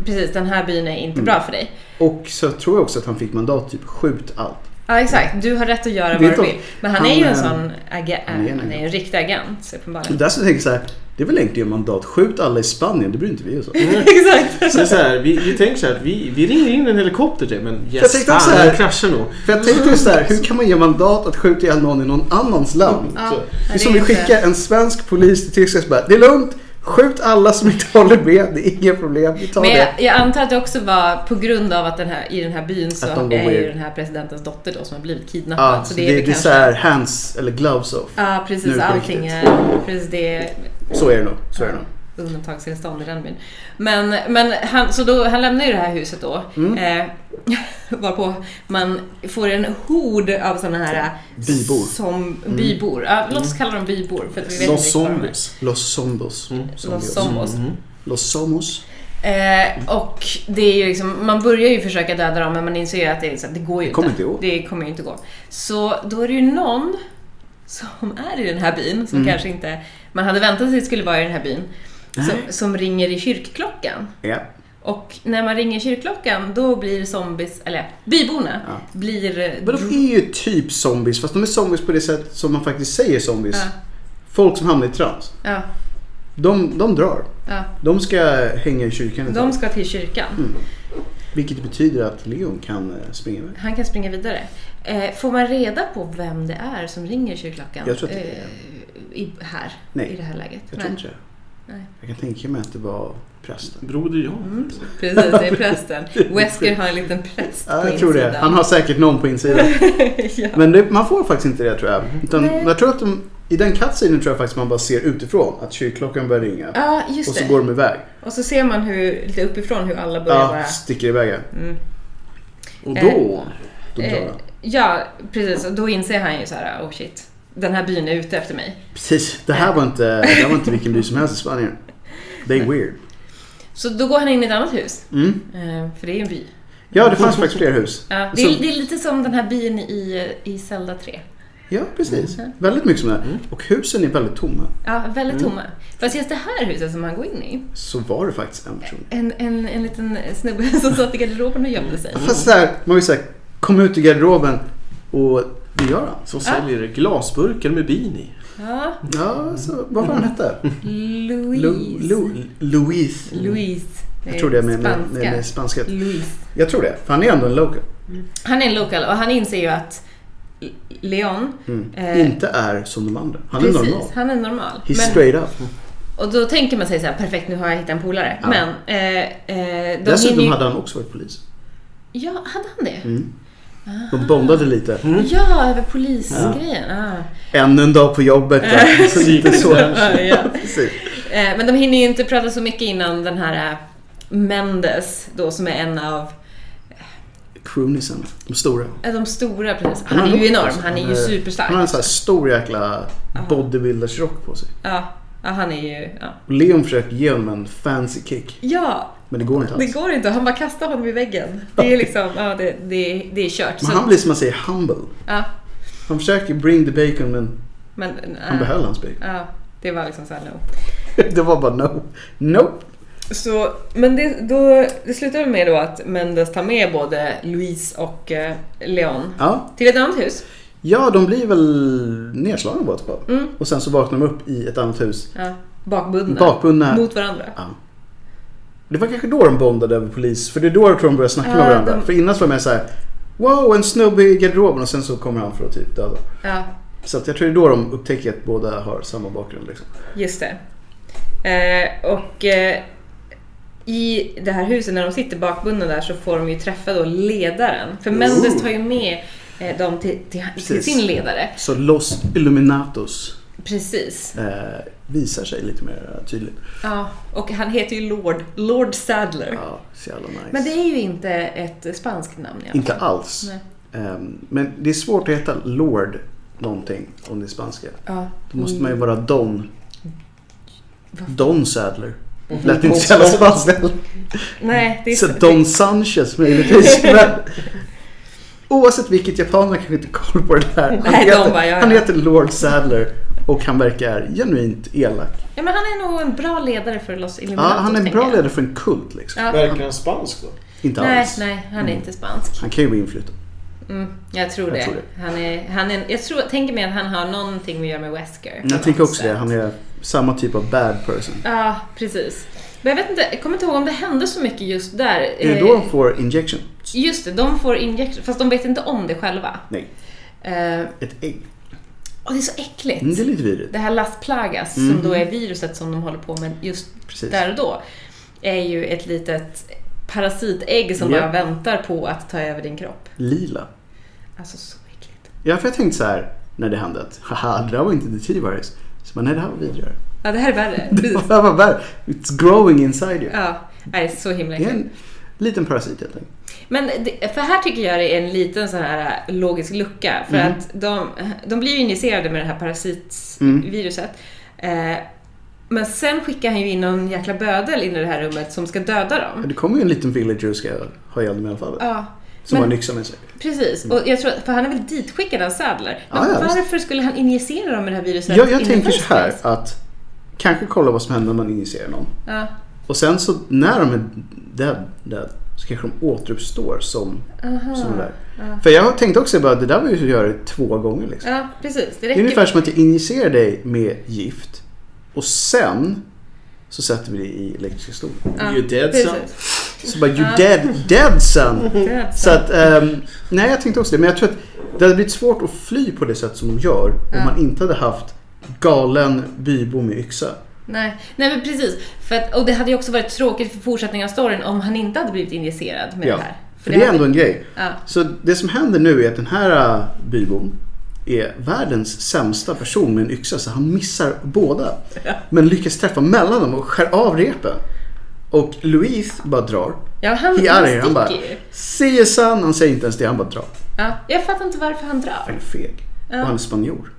S3: Precis, den här byn är inte
S2: Mm.
S3: bra för dig.
S2: Och så tror jag också att han fick mandat typ skjut allt.
S3: Ja, exakt. Du har rätt att göra vad
S2: Vet
S3: du
S2: du-
S3: vill. Men han,
S2: han
S3: är ju
S2: är-
S3: en sån agent.
S2: han är en
S3: Han är ju en riktig agent,
S2: Och
S3: uppenbarligen.
S2: där så tänker jag så här, det är väl enkelt att göra mandat. Skjut alla i Spanien, det bryr inte vi oss om.
S3: exakt.
S1: Så det är så här, vi, vi tänker så här, att vi, vi ringer in en helikopter till men
S2: Jag
S1: yes,
S2: tänkte
S1: fan,
S2: också så här-
S1: den kraschar nog.
S2: För jag tänkte så här, hur kan man ge mandat att skjuta ihjäl någon i någon annans land?
S3: Ja,
S1: Så-
S3: Mm. nej,
S2: Det är som
S3: det
S2: vi
S3: är inte-
S2: skickar en svensk polis till Tyskland som bara, det är lugnt, skjut alla som inte håller med, det är inga problem, vi tar
S3: Men jag,
S2: det.
S3: jag antar att det också var på grund av att den här, i den här byn så
S2: Att de går
S3: är ju
S2: weird.
S3: den här presidentens dotter då som har blivit kidnappad.
S2: Ja, så det, det,
S3: väl
S2: är så här hands eller gloves off.
S3: Ja,
S2: nu
S3: precis.
S2: på
S3: Allting
S2: riktigt.
S3: är... Precis, det är
S2: Så är det nog. Så är det nog.
S3: undantagstillstånd i den byn. Men, men han, så då, han lämnar ju det här huset då.
S2: Mm.
S3: Eh, varpå man får en hord av sådana här...
S2: Bybor.
S3: Som,
S2: Mm.
S3: bybor. Ja, låt oss kalla dem bybor. För att vi vet
S1: Los
S3: inte riktigt vad de är.
S1: zombies. Mm.
S2: Los Zombos.
S3: Los Zombos.
S2: Los Somos.
S3: Eh, och det är ju liksom, man börjar ju försöka döda dem men man inser ju att det, är liksom, det går ju
S2: Det kommer
S3: inte.
S2: inte gå.
S3: Det kommer ju inte gå. Så då är det ju någon som är i den här byn, som
S2: Mm.
S3: kanske inte man hade väntat sig skulle vara i den här byn, som, som ringer i kyrkklockan.
S2: Ja.
S3: Och när man ringer kyrkklockan då blir zombies, eller byborna,
S2: Ja.
S3: blir... eh,
S2: Men de är ju typ zombies, fast de är zombies på det sätt som man faktiskt säger zombies.
S3: ja,
S2: Folk som hamnar i trans.
S3: ja,
S2: De, de drar.
S3: ja.
S2: De ska hänga i kyrkan ett
S3: De
S2: tag.
S3: ska till kyrkan.
S2: Vilket betyder att Leon kan eh, springa iväg.
S3: Han kan springa vidare. Eh, får man reda på vem det är som ringer kyrkklockan?
S2: Jag tror att det är-
S3: eh, i, här,
S2: Nej.
S3: i det här läget?
S2: Jag tror inte det.
S3: Nej.
S2: Jag kan tänka mig att det var prästen.
S1: Broder Jan.
S3: Mm, precis, det är prästen. Wesker har en liten präst
S2: Ja,
S3: på
S2: jag tror det.
S3: insidan.
S2: Han har säkert någon på insidan.
S3: ja.
S2: Men det, man får faktiskt inte det tror jag. Utan
S3: Nej.
S2: jag tror att de, I den cutscenen tror jag faktiskt man bara ser utifrån att kyrkklockan börjar ringa.
S3: Ja, just
S2: och så
S3: det.
S2: går de iväg.
S3: Och så ser man hur, lite uppifrån hur alla börjar
S2: Ja,
S3: bara...
S2: sticker iväg. ja.
S3: Mm.
S2: Och
S3: Eh,
S2: då, då drar
S3: eh,
S2: han.
S3: Ja, precis. Och då inser han ju så här, oh shit. Den här byn är ute efter mig.
S2: Precis, det här var inte, det här var inte vilken by som helst i Spanien. They weird.
S3: Så då går han in i ett annat hus.
S2: Mm.
S3: Eh, För det är en by.
S2: Ja, det fanns faktiskt fler hus.
S3: Ja, det, är,
S2: Så-
S3: det är lite som den här byn i, i Zelda 3.
S2: Ja, precis.
S3: Mm.
S2: Väldigt mycket som det. Och husen är väldigt tomma.
S3: Ja, väldigt
S2: Mm.
S3: tomma. Fast just det här huset som han går in i.
S2: Så var det faktiskt en person.
S3: En, en, en liten snubbe som satt i garderoben och gömde sig.
S2: Fast så här, man vill säga, kom ut ur garderoben och det gör han.
S1: Som säljer glasburkar med bin i.
S3: Ja,
S2: Ja, så, vad var han hette?
S3: Louise.
S2: Lu, Lu, Louise. Mm.
S3: Louise.
S2: Jag tror det är med, med,
S3: spanska.
S2: med, med spanska.
S3: Louise.
S2: Jag tror det, för han är ändå en local.
S3: Han är en lokal och han inser ju att Leon...
S2: Mm.
S3: eh,
S2: Inte är som de andra. Han är
S3: precis,
S2: normal.
S3: han är normal.
S2: He's
S3: Men-
S2: straight up.
S3: Och då tänker man sig så här, perfekt nu har jag hittat en polare.
S2: Ja.
S3: Men eh, eh, de
S2: Dessutom
S3: hinner ju...
S2: hade han också varit polis.
S3: Ja, hade han det?
S2: Mm.
S3: Ah.
S2: De bondade lite.
S3: Ja, över polisgrejen. Ah.
S2: Än en dag på jobbet. va? Så lite så.
S3: Ja.
S2: Precis.
S3: Eh, men de hinner ju inte prata så mycket innan den här eh, Mendes då som är en av
S2: Croonisen, de stora.
S3: eh, de stora precis.
S2: Han
S3: Han är
S2: har
S3: ju
S2: något,
S3: enorm,
S2: alltså.
S3: han är ju
S2: Eh,
S3: superstark.
S2: Han har en sån här stor jäkla bodybuildersrock på sig.
S3: Ja, ja, han är ju... Ja.
S2: Och Leon försöker ge honom en fancy kick.
S3: ja,
S2: Men det går inte
S3: det
S2: alls.
S3: går inte. Han bara kastar honom i väggen. Det är liksom, ja det, det, det är kört.
S2: Men
S3: Så,
S2: han blir som man säger humble.
S3: ja,
S2: Han försöker bring the bacon men
S3: men,
S2: han
S3: eh,
S2: behöll hans bacon.
S3: ja, det var liksom såhär no.
S2: Det var bara no. Nope.
S3: Så, men det, då, det slutar med då att Mendes tar med både Louise och eh, Leon
S2: Ja.
S3: till ett annat hus.
S2: ja, de blir väl nedslagna båda två.
S3: Mm.
S2: Och sen så vaknar de upp i ett annat hus.
S3: Ja, bakbundna.
S2: Bakbundna.
S3: Mot varandra.
S2: Ja. Det var kanske då de bondade över polis. För det är då jag tror de börjar snacka
S3: Ja,
S2: med varandra.
S3: de-
S2: För innan så var de mer såhär Wow, en snubbe i garderoben och sen så kommer han för att typ döda.
S3: Ja,
S2: Så att jag tror det är då de upptäcker att båda har samma bakgrund. Liksom.
S3: just det. Eh, och eh, i det här huset, när de sitter bakbundna där, så får de ju träffa då ledaren. För Mendes tar ju med eh, dem till, till, till
S2: Precis.
S3: sin ledare.
S2: Så Los Illuminatos
S3: Precis.
S2: eh, visar sig lite mer eh, tydligt.
S3: Ja, och han heter ju Lord, Lord Sadler.
S2: Ja, så jävla nice.
S3: Men det är ju inte ett spanskt namn i alla
S2: Inte
S3: fall.
S2: alls.
S3: Nej.
S2: Ehm, men det är svårt att heta Lord någonting om det är spanska.
S3: Ja.
S2: Då måste man ju vara Don.
S3: Va?
S2: Don Sadler. Lät inte så jävla spanskt heller.
S3: Nej, det är
S2: Så Don Sanchez möjligtvis. Men oavsett vilket, japanerna kanske inte har koll på det här. Han,
S3: Nej, de
S2: heter,
S3: bara, ja,
S2: han
S3: ja.
S2: heter Lord Sadler och han verkar genuint elak.
S3: Ja, men han är nog en bra ledare för Los
S2: Ja,
S3: Illuminatos.
S2: han är en
S3: tänker
S2: bra
S3: jag.
S2: ledare för en kult liksom.
S3: Ja.
S1: Verkar han spansk då?
S2: Inte
S3: Nej,
S2: alls.
S3: nej, han är inte spansk.
S2: Han kan ju vara inflyttad.
S3: Mm, jag tror
S2: Jag
S3: det.
S2: tror
S3: Han är, han är, jag tror, tänker mig att han har någonting att göra med Wesker. på
S2: Jag
S3: något
S2: tänker också
S3: sätt.
S2: det. Han är samma typ av bad person.
S3: Ja, precis. Men jag vet inte, jag kommer inte ihåg om det hände så mycket just där.
S2: Är det då
S3: Eh,
S2: han får injection?
S3: Just det, de får injektion, fast de vet inte om det själva.
S2: Nej,
S3: Eh,
S2: ett ägg.
S3: och det är så äckligt.
S2: Mm, det är lite vidrigt.
S3: Det här Las Plagas, som då är viruset som de håller på med just
S2: Precis.
S3: där och då, är ju ett litet parasitägg som
S2: Ja.
S3: bara väntar på att ta över din kropp.
S2: Lila.
S3: Alltså så äckligt.
S2: Ja, för jag tänkte så här när det hände att haha, det där var inte the T-virus. Så man, nej det här var vidrigare.
S3: Ja, det här är värre.
S2: Det här var värre. It's growing inside you.
S3: Ja, nej, så himla
S2: Det är
S3: äckligt.
S2: en liten parasit helt enkelt.
S3: Men det, för här tycker jag det är en liten sån här äh, logisk lucka. För
S2: Mm.
S3: att de, de blir ju injicerade med det här
S2: Mm.
S3: parasitviruset. Eh, men sen skickar han ju in någon jäkla bödel in i det här rummet som ska döda
S2: Ja,
S3: dem.
S2: Det kommer ju en liten villager och ska ha ihjäl dem i alla fall.
S3: Ja,
S2: Som
S3: men-
S2: har nyxa med sig.
S3: precis. Och jag tror, för han är väl ditskickad av Sadler. Men
S2: Mm. Ja, ja, visst.
S3: varför skulle han injicera dem med det här viruset?
S2: Jag,
S3: in
S2: jag
S3: the
S2: tänker
S3: first
S2: så här
S3: place?
S2: att kanske kolla vad som händer när man injicerar någon.
S3: Ja,
S2: Och sen så när de är dead, dead så kanske de återuppstår som,
S3: Aha.
S2: som där.
S3: Ja.
S2: För jag tänkte också bara det där var ju att göra det två gånger liksom.
S3: ja, precis. Det
S2: Det
S3: räcker.
S2: är ungefär som att jag injicerar dig med gift och sen så sätter vi dig i elektriska stolen.
S3: Ja,
S1: You dead son.
S3: precis.
S2: Så bara you
S3: Ja.
S2: dead, dead son!
S3: Det är
S2: Så att, ehm, nej jag tänkte också det. Men jag tror att det hade blivit svårt att fly på det sätt som de gör om
S3: Ja.
S2: man inte hade haft galen bybo med yxa.
S3: Nej, nej men precis. För att, och det hade ju också varit tråkigt för fortsättningen av storyn om han inte hade blivit injicerad med
S2: Ja,
S3: det här.
S2: För det är
S3: hade-
S2: ändå en grej.
S3: ja.
S2: Så det som händer nu är att den här äh, bybon är världens sämsta person med en yxa så han missar båda. Men lyckas träffa mellan dem och skär av repen. Och Louise bara drar.
S3: ja, han,
S2: He out
S3: han
S2: of here. Han bara,
S3: sticker ju.
S2: see you son. Han säger inte ens det, han bara drar.
S3: Ja, jag fattar inte varför han drar.
S2: Han är feg. Och han är
S3: Ja, spanjor.
S2: spanjor.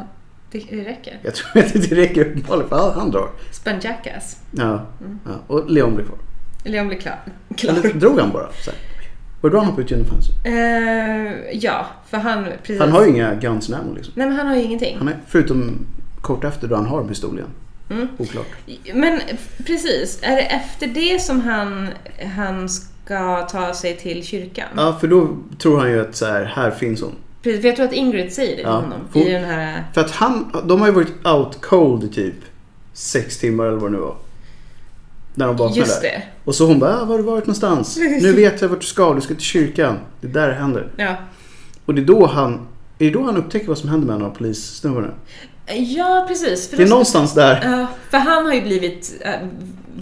S3: Ja, det, det räcker.
S2: Jag tror att det räcker uppenbarligen för han- han drar.
S3: Spanjackas.
S2: Ja. ja. Och Leon blir kvar.
S3: Leon blir klar. Mm. klar.
S2: Eller drog han bara? Så här. Var det då han hoppade ut genom fönstret?
S3: Eh, ja, för han... Precis.
S2: Han har ju inga guns and ammo liksom.
S3: Nej, men han har ju ingenting.
S2: Han är, förutom kort efter då han har pistol igen.
S3: Mm.
S2: Oklart.
S3: Men precis, är det efter det som han, han ska ta sig till kyrkan?
S2: Ja, för då tror han ju att så här, här finns hon.
S3: Precis, för jag tror att Ingrid säger det till
S2: Ja,
S3: honom
S2: hon-
S3: i den här...
S2: För att han, de har ju varit out cold i typ sex timmar eller vad det nu var. När de vaknade.
S3: Just det.
S2: Och så hon bara, "Ah, var har du varit någonstans? Nu vet jag vart du ska, du ska till kyrkan. Det är där det händer.
S3: Ja.
S2: Och det är då han, är det då han upptäcker vad som händer med en av polissnubbarna?
S3: ja, precis. För
S2: Det är
S3: de-
S2: någonstans där.
S3: Ja, för han har ju blivit eh,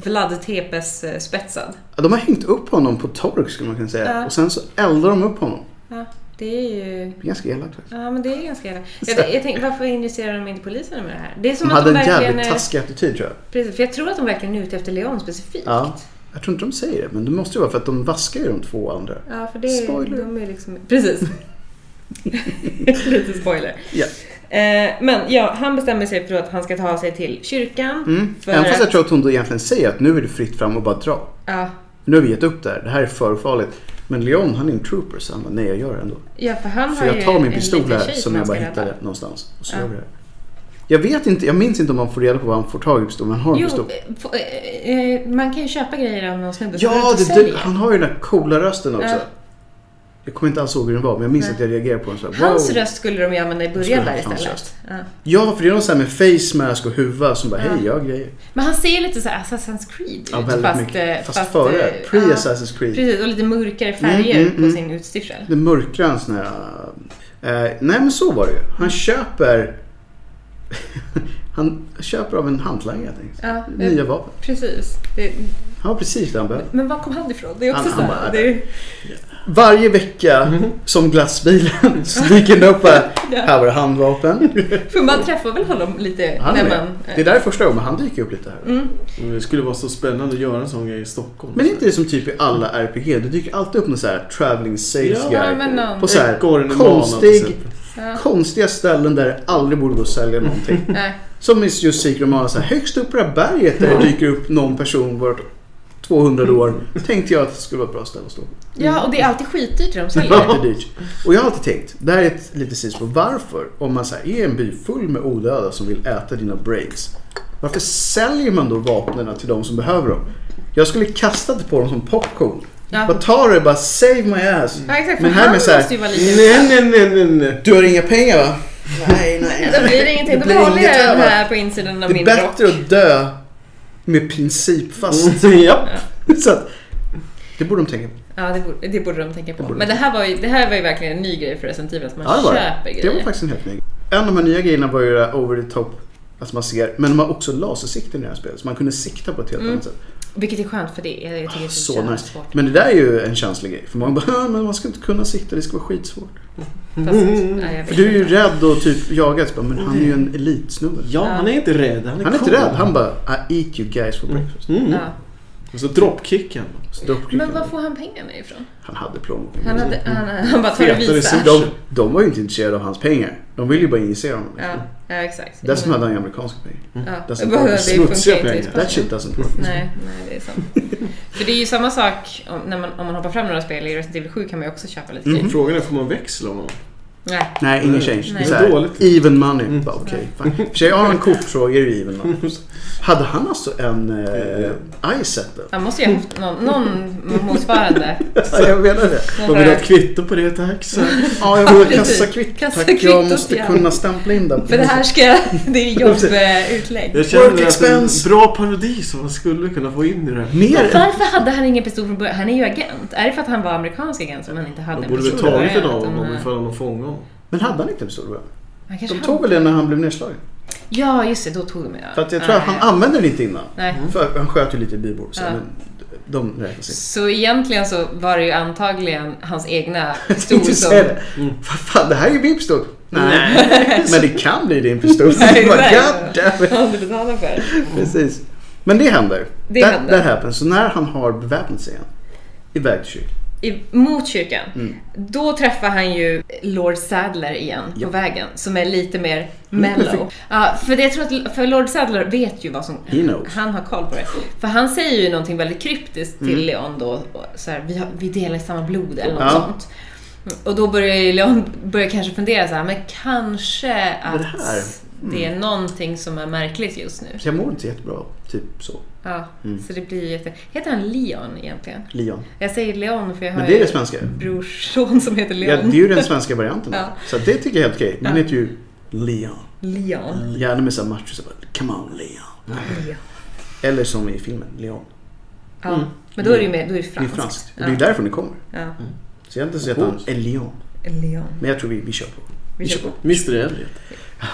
S3: Vlad Tepes eh, spetsad.
S2: De har hängt upp honom på tork skulle man kunna säga.
S3: Ja.
S2: Och sen så eldar de upp honom.
S3: Ja, det är ju...
S2: Det är ganska elakt faktiskt.
S3: Ja, men det är ganska jävla... Jag, jag tänkte, varför injicerar de inte polisen med det här? Det är som
S2: De
S3: att
S2: hade
S3: de
S2: en
S3: verkligen...
S2: jävligt
S3: eh,
S2: taskig attityd tror jag.
S3: Precis, för jag tror att de verkligen är ute efter Leon specifikt.
S2: Ja. Jag tror inte de säger det, men det måste ju vara för att de vaskar ju de två andra.
S3: Ja, för det
S2: Spoiler.
S3: de är liksom... Precis. Lite spoiler.
S2: Ja.
S3: Eh, men ja, han bestämmer sig för att han ska ta sig till kyrkan.
S2: Mm.
S3: För
S2: Även fast jag
S3: att,
S2: tror att hon då egentligen säger att nu är det fritt fram och bara dra.
S3: ja,
S2: Nu har vi gett upp det här, det här är för farligt. Men Leon han är en trooper så han bara, nej jag gör det ändå.
S3: ja, för han
S2: För
S3: har
S2: jag
S3: ju
S2: tar min
S3: en
S2: pistol
S3: liten
S2: här
S3: tjej
S2: som jag
S3: han
S2: bara
S3: ska
S2: hittade
S3: rädda.
S2: någonstans. Och så
S3: Ja.
S2: gör vi det. här. Jag vet inte, jag minns inte om man får reda på var han får tag i pistolen, men han har en
S3: Jo,
S2: pistol.
S3: eh, få- eh, eh, man kan ju köpa grejer av någon snubbe som går
S2: Ja,
S3: ut och
S2: det, det,
S3: säljer.
S2: han har ju den där coola rösten också.
S3: Ja.
S2: Jag kommer inte alls ihåg hur den var, men jag minns
S3: Nej.
S2: att jag reagerade på den så här,
S3: Hans
S2: wow.
S3: röst skulle de ju använda i
S2: skulle
S3: början där
S2: ha hans
S3: istället.
S2: röst.
S3: Ja.
S2: Ja, för det är någon sån här med face mask och huva som bara,
S3: Ja.
S2: hej jag har grejer.
S3: Men han ser lite så här Assassin's Creed ut.
S2: Ja, väldigt
S3: eh,
S2: mycket. Fast, före,
S3: eh, ja,
S2: pre-Assassin's Creed.
S3: Precis, och lite mörkare färger
S2: Mm, mm,
S3: på
S2: mm.
S3: sin utstyrsel.
S2: Det mörkrar en sån här... Eh, nej men så var det ju. Han köper... han köper av en hantlangare helt enkelt.
S3: Ja, eh,
S2: Nya vapen.
S3: Precis. Det,
S2: Han har precis det han behöver.
S3: men var kom han ifrån? Det är också
S2: Han-
S3: så
S2: han
S3: här.
S2: bara-
S3: det är,
S2: Varje vecka som glassbilen så dyker den upp här. Här var det handvapen.
S3: för man träffar väl honom lite
S2: Han är
S3: när
S2: med.
S3: man... Mm,
S2: Det är där första gången han dyker upp lite här.
S1: Men Det skulle vara så spännande att göra en sån grej i Stockholm.
S2: Men är inte det som typ i alla RPG. Det dyker alltid upp någon så här traveling sales
S1: Ja,
S2: guy.
S3: men någon-
S2: På så här
S1: Ekorren i Mana, till
S2: konstig,
S1: exempel.
S3: Ja.
S2: konstiga ställen där det aldrig borde gå att sälja någonting.
S3: Nej.
S2: Som i just Secret of Mana, så här, högst upp på det här berget där det dyker upp någon person vart
S3: Mm.
S2: 200 år. Tänkte jag att det skulle vara ett bra ställe att stå.
S3: Ja, och det är alltid skitdyrt när de
S2: Det var
S3: säljer.
S2: lite dyrt. Och jag har alltid tänkt, det här är ett litet sidospår, varför om man så här, är en by full med odöda som vill äta dina brains. Varför säljer man då vapnen till de som behöver dem? Jag skulle kasta det på dem som popcorn.
S3: Ja.
S2: Bara ta det bara save my ass.
S3: Ja, exakt.
S2: Men
S3: för
S2: här
S3: han
S2: med så här,
S3: måste ju vara lite...
S1: Nej, nej, nej, nej, nej.
S2: Du har inga pengar va? Nej, nej.
S3: Då blir det ingenting. Då
S2: blir
S3: behåller jag
S2: inget
S3: den
S2: över.
S3: här på insidan av
S2: Det är
S3: min rock.
S2: bättre att dö med principfast
S1: Japp.
S3: Mm.
S2: Så att, det borde de tänka på.
S3: Ja, det borde, det borde de tänka på.
S2: borde de
S3: Men det här, var ju, det här var ju verkligen en ny grej för Resident Evil, att man
S2: Ja, det var
S3: köper
S2: det. Det
S3: grejer.
S2: var faktiskt en helt ny grej. En av de här nya grejerna var ju det här over the top, att man ser, men de har också lasersikten i det här spelet. Så man kunde sikta på ett helt
S3: Mm.
S2: annat sätt.
S3: Vilket är skönt för det är, jag tycker det är så,
S2: Ah, så
S3: jävla
S2: nice.
S3: svårt.
S2: Men det där är ju en känslig grej. För man bara, "Ah, men man ska inte kunna sikta, det ska vara skitsvårt.
S3: Fast, nej, jag vet
S2: Mm. För du är ju
S3: inte.
S2: rädd och typ jagad. Så bara, Men han är ju
S3: Mm.
S2: en elitsnubbe.
S1: Ja, han är inte rädd. Han är,
S2: Han är
S1: cool.
S2: inte rädd, han bara I eat you guys for breakfast.
S1: Mm.
S3: Ja.
S1: Och så droppkicken.
S2: Så då klickade
S3: Men var
S2: han.
S3: får han pengarna ifrån?
S2: Han hade plånboken.
S3: Han, hade, han, han bara tar och
S1: Fetare
S3: visar.
S1: sol.
S2: De, de var ju inte intresserade av hans pengar. De ville ju bara injicera honom.
S3: Ja, ja, exakt.
S2: Dessutom hade han ju amerikanska pengar.
S3: ja.
S2: That's
S3: Det funkar inte i
S1: smutsiga pengar.
S3: Spanien.
S2: That shit doesn't work.
S3: Nej, nej, det är sant. För det är ju samma
S2: Mm.
S3: sak om, när man, om man hoppar fram några spel. I Resident Evil 7 kan man ju också köpa lite grejer.
S1: Frågan är, får man växla honom?
S3: Nej.
S2: Nej, ingen
S1: Nej.
S2: change.
S3: Nej.
S2: Så här,
S1: Dåligt.
S2: Even money.
S1: Mm.
S2: Bara, Okej, fine. För sig, har han kort så är det ju even money. Hade han alltså en eh, Icepple?
S3: Han måste ju ha haft någon, någon motsvarande.
S2: Ja, jag menar det.
S1: Vad vill du ha ett kvitto på det tack? Så.
S2: Ja, jag vill ha
S3: Precis.
S2: kassakvitto tack.
S3: Kassakvittot,
S2: Jag måste
S3: ja.
S2: kunna stämpla in den.
S3: För det här ska, det är jobbutlägg.
S1: Jag känner
S2: Work
S1: att
S2: expense.
S1: en bra parodi som man skulle kunna få in i
S3: Mm.
S1: det här.
S2: Mer
S3: Varför hade han ingen pistol från början? Han är ju agent. Är det för att han var amerikansk agent som han inte hade
S1: De
S3: en
S1: borde
S3: pistol
S1: väl
S3: från
S1: tagit
S3: början?
S1: en av
S3: Att de,
S1: honom
S3: eh,
S1: ifall de fångade honom.
S2: Men hade han inte en pistol?
S3: han kanske
S2: De
S3: hade-
S2: tog väl den när han blev nedslagen?
S3: Ja, just det. Då tog de ja.
S2: För att jag tror att
S3: Nej.
S2: han använde den inte innan.
S3: Nej.
S2: För han sköt ju lite i bybor så.
S3: Ja.
S2: Men de räknas inte.
S3: Så egentligen så var det ju antagligen hans egna
S2: Jag tänkte
S3: pistol som...
S2: säga det. Vad fan, det här är ju min pistol. Nej. Men det kan bli din pistol.
S3: Nej,
S2: Bara,
S3: nej.
S2: God damn it.
S3: Han hade betalat för.
S2: Precis. Men det händer.
S3: Det
S2: That-
S3: händer.
S2: That happens. Så när han har beväpnat sig igen. I väg till kyrkan.
S3: I, mot kyrkan.
S2: Mm.
S3: Då träffar han ju Lord Sadler igen
S2: Ja.
S3: på vägen som är lite mer mellow. Ja, för det jag tror att för Lord Sadler vet ju vad som...
S2: He knows.
S3: Han har koll på det. För han säger ju någonting väldigt kryptiskt till Leon då. och Så här, vi, har, vi delar samma blod eller något
S2: Mm. Ja.
S3: sånt. Och då börjar ju Leon börjar kanske fundera så här, men kanske att
S2: det här? Mm.
S3: det är någonting som är märkligt just nu.
S2: Så jag mår inte jättebra. Typ så.
S3: Ja, så det blir jätte... Heter han Leon egentligen?
S2: Leon.
S3: Jag säger Leon för jag har
S2: Men det är
S3: ju
S2: det svenska.
S3: brorson som heter
S2: Ja,
S3: Leon.
S2: det är ju den svenska varianten.
S3: Ja.
S2: Så det tycker jag är helt okej. Man heter ju Leon.
S3: Leon.
S2: Gärna med såhär macho. Så bara, Come on Leon.
S3: Leon.
S2: Eller som i filmen, Leon.
S3: Ja, men då är det ju mer, då är det
S2: Mm. Det är
S3: franskt.
S2: franskt. Och
S3: Ja.
S2: det är därifrån det Mm. kommer.
S3: Ja.
S2: Så egentligen så heter han El Leon.
S3: Leon.
S2: Men jag tror vi, vi kör på.
S3: Vi kör på.
S1: Mr Elliot.